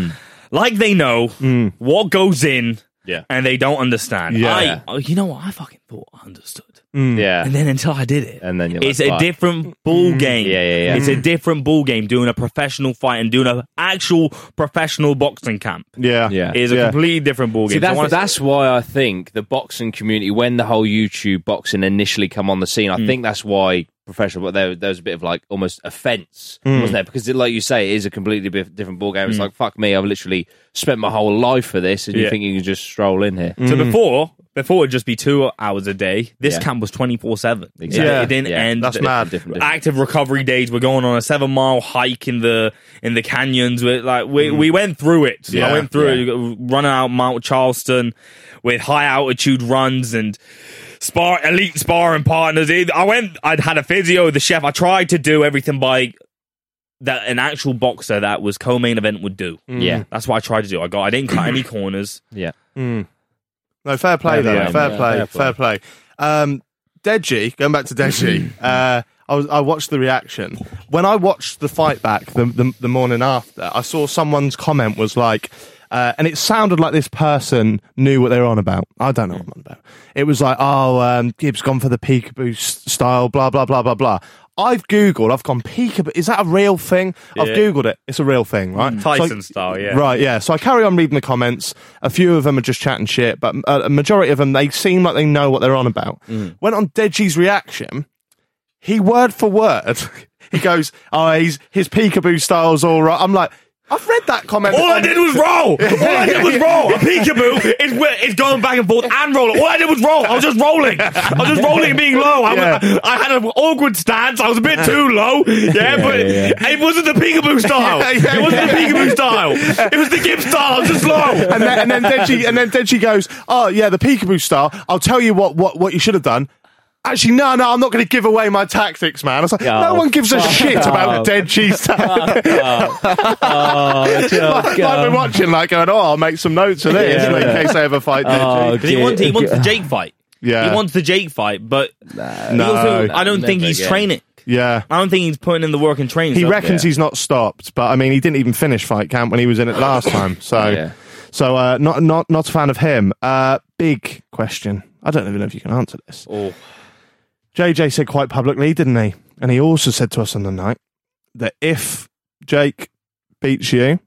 Speaker 2: like they know
Speaker 1: Mm.
Speaker 2: what goes in,
Speaker 4: Yeah.
Speaker 2: and they don't understand.
Speaker 1: Yeah. Mm.
Speaker 2: I, oh, you know what? I fucking thought I understood,
Speaker 4: Yeah.
Speaker 2: and then until I did it,
Speaker 4: And then you're
Speaker 2: it's
Speaker 4: like,
Speaker 2: a
Speaker 4: "Fuck."
Speaker 2: different ball game.
Speaker 4: Yeah, yeah, yeah.
Speaker 2: It's a different ball game. Doing a professional fight and doing an actual professional boxing camp
Speaker 1: Yeah.
Speaker 4: Yeah.
Speaker 2: is a
Speaker 1: Yeah.
Speaker 2: completely different ball game.
Speaker 4: See,
Speaker 2: So I
Speaker 4: that's,
Speaker 2: wanna-
Speaker 4: that's why I think the boxing community, when the whole YouTube boxing initially come on the scene, I think that's why professional. But there, there was a bit of like almost offence,
Speaker 2: Mm.
Speaker 4: wasn't there? Because, it, like you say, it is a completely bif- different ball game. It's like fuck me, I've literally spent my whole life for this, and you
Speaker 2: Yeah.
Speaker 4: think you can just stroll in here?
Speaker 2: So before, before it'd just be two hours a day. This
Speaker 4: Yeah.
Speaker 2: camp was twenty four seven.
Speaker 4: Exactly.
Speaker 2: It didn't
Speaker 4: Yeah.
Speaker 2: end.
Speaker 1: That's
Speaker 2: The-
Speaker 1: mad.
Speaker 4: Different, different.
Speaker 2: Active recovery days. We're going on a seven mile hike in the in the canyons. We like we we went through it.
Speaker 1: Yeah.
Speaker 2: I went through it, running out Mount Charleston with high altitude runs and spar elite sparring partners. It- I went. I'd had a physio, the chef. I tried to do everything by that an actual boxer that was co-main event would do.
Speaker 4: Yeah,
Speaker 2: That's what I tried to do. I got. I didn't cut any corners.
Speaker 4: yeah.
Speaker 1: No, fair
Speaker 4: Fair
Speaker 1: play though.
Speaker 4: play,
Speaker 1: fair,
Speaker 4: yeah,
Speaker 1: play,
Speaker 4: fair
Speaker 1: fair play. Um, Deji, going back to Deji, uh, I was I watched the reaction when I watched the fight back the the, the morning after. I saw someone's comment was like. Uh, and it sounded like this person knew what they were on about. I don't know what I'm on about. It was like, oh, um, Gibbs gone for the peekaboo s- style, blah, blah, blah, blah, blah. I've Googled, I've gone peekaboo. Is that a real thing? I've
Speaker 2: Yeah.
Speaker 1: Googled it. It's a real thing, right? So I-
Speaker 2: Tyson style, yeah.
Speaker 1: Right, yeah. So I carry on reading the comments. A few of them are just chatting shit, but uh, a majority of them, they seem like they know what they're on about.
Speaker 2: Mm.
Speaker 1: Went on Deji's reaction. He word for word, he goes, "Oh, he's, his peekaboo style's all right." I'm like, I've read that comment.
Speaker 2: All I
Speaker 1: on-
Speaker 2: did was roll. All I did was roll. A peekaboo is wh- is going back and forth and rolling. All I did was roll. I was just rolling. I was just rolling and being low. I, was-
Speaker 1: Yeah.
Speaker 2: I had an awkward stance. I was a bit too low. Yeah, but it wasn't the peekaboo style.
Speaker 1: Yeah, yeah,
Speaker 2: it wasn't
Speaker 1: yeah.
Speaker 2: the peekaboo style. It was the Gibbs style. I was just low.
Speaker 1: and then, and then Deji, and then Deji goes, "Oh yeah, the peekaboo style. I'll tell you what, what, what you should have done." Actually, no, no, I'm not going to give away my tactics, man. I was like, no
Speaker 4: Oh,
Speaker 1: one gives a
Speaker 4: fuck
Speaker 1: shit about
Speaker 4: up.
Speaker 1: Deji's tactics.
Speaker 4: Oh,
Speaker 1: like, like we're watching, like going, oh, I'll make some notes of this
Speaker 4: um. Yeah. Oh,
Speaker 1: like, in case I ever fight Deji.
Speaker 2: Because he wants, he wants the Jake fight.
Speaker 1: Yeah.
Speaker 2: He wants the Jake fight, but he
Speaker 1: No.
Speaker 2: also, I don't think
Speaker 4: Never
Speaker 2: he's
Speaker 4: again.
Speaker 2: training.
Speaker 1: yeah.
Speaker 2: I don't think he's putting in the work and training.
Speaker 1: He
Speaker 2: so-
Speaker 1: reckons he's not stopped, but I mean, he didn't even finish fight camp when he was in it last time. So,
Speaker 4: Yeah.
Speaker 1: so uh, not not not a fan of him. Uh, big question. I don't even know if you can answer this.
Speaker 4: Oh.
Speaker 1: JJ said quite publicly, didn't he? And he also said to us on the night that if Jake beats you,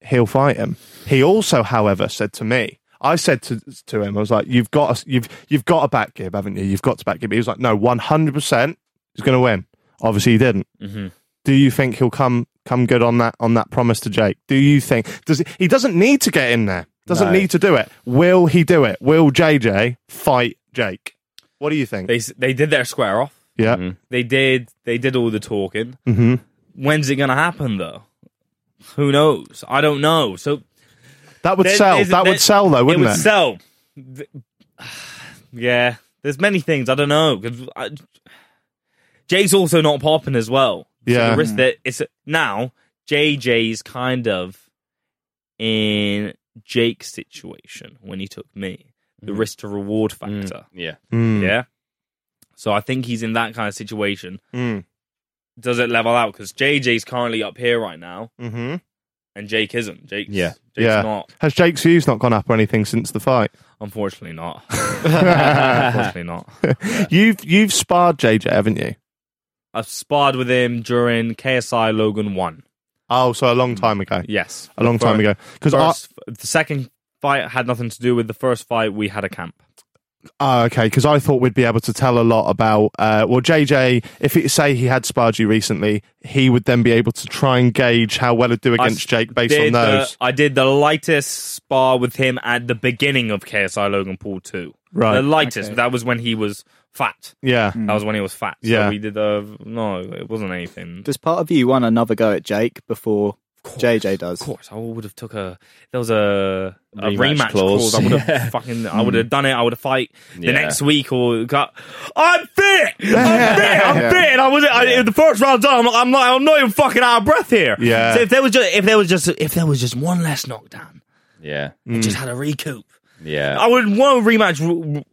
Speaker 1: he'll fight him. He also, however, said to me, I said to to him, I was like, "You've got to, you've you've got to back Gib, haven't you? You've got to back Gib." He was like, "No, one hundred percent, he's going to win." Obviously, he didn't. Do you think he'll come come good on that on that promise to Jake? Do you think does he, he doesn't need to get in there? Doesn't
Speaker 4: No.
Speaker 1: need to do it. Will he do it? Will JJ fight Jake? What do you think?
Speaker 2: They, s- they did their square off.
Speaker 1: yeah.
Speaker 2: They did. They did all the talking. Mm-hmm. When's it gonna happen though? Who knows? I don't know. So
Speaker 1: That would
Speaker 2: there-
Speaker 1: sell.
Speaker 2: there's-
Speaker 1: That
Speaker 2: there-
Speaker 1: would sell, though, wouldn't
Speaker 2: it?
Speaker 1: it?
Speaker 2: Would sell. Th- yeah. There's many things I don't know. 'cause I- Jay's also not popping as well. So
Speaker 1: Yeah.
Speaker 2: the risk that it's now JJ's kind of in Jake's situation when he took me. The risk to reward factor.
Speaker 4: Yeah.
Speaker 1: Mm.
Speaker 2: Yeah. So I think he's in that kind of situation.
Speaker 1: Mm.
Speaker 2: Does it level out? Because JJ's currently up here right now,
Speaker 1: Mm-hmm.
Speaker 2: and Jake isn't. Jake's,
Speaker 4: Yeah.
Speaker 2: Jake's
Speaker 1: yeah.
Speaker 2: not.
Speaker 1: Has Jake's views not gone up or anything since the fight?
Speaker 2: Unfortunately not. Unfortunately not.
Speaker 1: You've you've sparred JJ, haven't you?
Speaker 2: I've sparred with him during KSI Logan 1.
Speaker 1: Oh, so a
Speaker 2: Mm.
Speaker 1: long time ago.
Speaker 2: Yes.
Speaker 1: A long time
Speaker 2: Fir-
Speaker 1: ago. Because
Speaker 2: First, the second fight had nothing to do with the first fight. We had a camp.
Speaker 1: oh, okay, because I thought we'd be able to tell a lot about. Uh, well, JJ, if it, say he had sparred you recently, he would then be able to try and gauge how well it'd do
Speaker 2: I
Speaker 1: against Jake based
Speaker 2: did
Speaker 1: on
Speaker 2: the-
Speaker 1: those.
Speaker 2: I did the lightest spar with him at the beginning of KSI Logan Paul 2.
Speaker 1: Right.
Speaker 2: The lightest. That was when he was fat.
Speaker 1: yeah.
Speaker 2: That was when he was fat. So
Speaker 1: Yeah.
Speaker 2: we did the. No, it wasn't anything.
Speaker 6: Does part of you want another go at Jake before JJ does.
Speaker 2: Of course, I would have took a. There was a a
Speaker 4: Rematch
Speaker 2: rematch,
Speaker 4: clause.
Speaker 2: clause. I would have fucking. I would have done it. I would have fight the
Speaker 4: Yeah.
Speaker 2: next week or got. I'm fit. I'm fit. I'm
Speaker 6: Yeah.
Speaker 2: fit. And I was. I, The first round done. I'm, like, I'm not. I'm not even fucking out of breath here.
Speaker 1: Yeah.
Speaker 2: So if there was just if there was just if there was just one less knockdown,
Speaker 4: Yeah.
Speaker 1: Mm.
Speaker 2: I just had a recoup.
Speaker 4: Yeah.
Speaker 2: I would want a rematch w- w-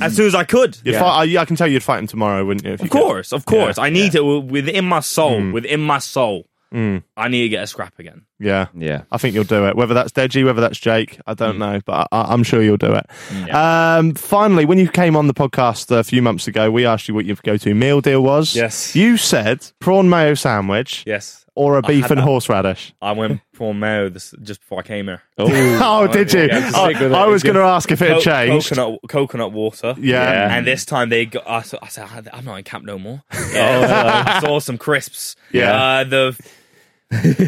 Speaker 2: as soon as I could.
Speaker 1: You'd fight, I, I can tell you'd fight him tomorrow, wouldn't you? if you
Speaker 2: Of
Speaker 1: could?
Speaker 2: course, of course. I need to within my soul, within my soul. I need to get a scrap again.
Speaker 1: Yeah.
Speaker 4: Yeah.
Speaker 1: I think you'll do it. Whether that's Deji, whether that's Jake, I
Speaker 2: Mm.
Speaker 1: don't know, but I, I'm sure you'll do it. Um, finally, when you came on the podcast a few months ago, we asked you what your go to meal deal was.
Speaker 2: Yes.
Speaker 1: You said prawn mayo sandwich
Speaker 2: Yes.
Speaker 1: or a
Speaker 2: I
Speaker 1: beef
Speaker 2: had
Speaker 1: and
Speaker 2: that.
Speaker 1: horseradish.
Speaker 2: I went for mayo this, just before I came here.
Speaker 1: Oh, did you?
Speaker 2: yeah,
Speaker 1: Oh,
Speaker 2: stick with it.
Speaker 1: I was
Speaker 2: It's
Speaker 1: going to ask if it had
Speaker 2: Co-
Speaker 1: changed.
Speaker 2: Coconut, coconut water.
Speaker 1: Yeah. Yeah.
Speaker 2: And this time they got. I, said- I said, I'm not in camp Oh, no more. Yeah. I saw some crisps.
Speaker 1: Yeah.
Speaker 2: Uh, the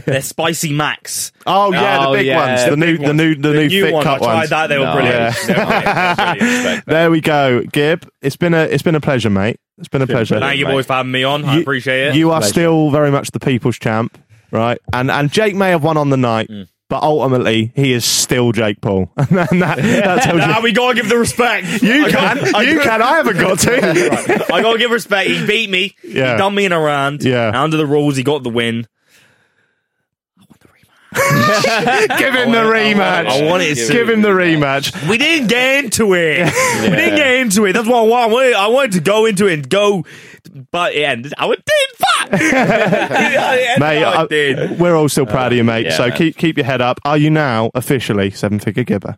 Speaker 2: they're spicy max.
Speaker 1: Oh yeah,
Speaker 4: Oh,
Speaker 1: the big
Speaker 4: yeah,
Speaker 1: ones, the,
Speaker 4: the
Speaker 1: new,
Speaker 2: big
Speaker 1: the new, the, new, thick
Speaker 2: one.
Speaker 1: cut
Speaker 2: I tried
Speaker 1: ones.
Speaker 2: that. They were
Speaker 4: No.
Speaker 2: brilliant.
Speaker 4: Yeah.
Speaker 2: They're brilliant. That's what you expect.
Speaker 1: There we go, Gib. It's been a, it's been a pleasure, mate. It's been a pleasure.
Speaker 2: Thank you, boys, for having me on. I
Speaker 1: You-
Speaker 2: appreciate it.
Speaker 1: You are still very much the people's champ, right? And and Jake may have won on the night,
Speaker 2: Mm.
Speaker 1: but ultimately he is still Jake Paul, and that, that tells
Speaker 2: Now
Speaker 1: you.
Speaker 2: we gotta give the respect.
Speaker 1: You
Speaker 2: I
Speaker 1: can,
Speaker 2: gotta-
Speaker 1: you can. I haven't got to.
Speaker 2: I gotta give respect. He beat me.
Speaker 1: Yeah.
Speaker 2: He done me in a round.
Speaker 1: Yeah.
Speaker 2: And under the rules, he got the win.
Speaker 1: Give him the rematch. uh,
Speaker 2: I want it
Speaker 1: Give
Speaker 2: soon.
Speaker 1: him the rematch.
Speaker 2: We didn't get into it. We didn't get into it. That's what I want. I wanted, I wanted to go into it and go, but yeah, I would did that.
Speaker 1: Mate,
Speaker 2: I,
Speaker 1: I-
Speaker 2: did.
Speaker 1: we're all still proud of you, mate.
Speaker 4: yeah,
Speaker 1: so
Speaker 4: man.
Speaker 1: keep keep your head up. Are you now officially seven figure gibber?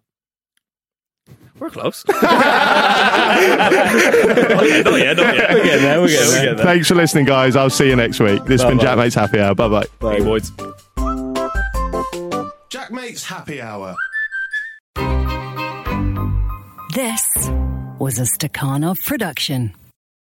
Speaker 2: We're close. not yet. Not yet. We're getting there. We're getting there. We're getting there.
Speaker 1: Thanks for listening, guys. I'll see you next week. This has been Jack Mate's Happy Hour. Bye bye.
Speaker 2: Hey, boys.
Speaker 5: Jack Mate's Happy Hour.
Speaker 10: This was a Stakhanov production.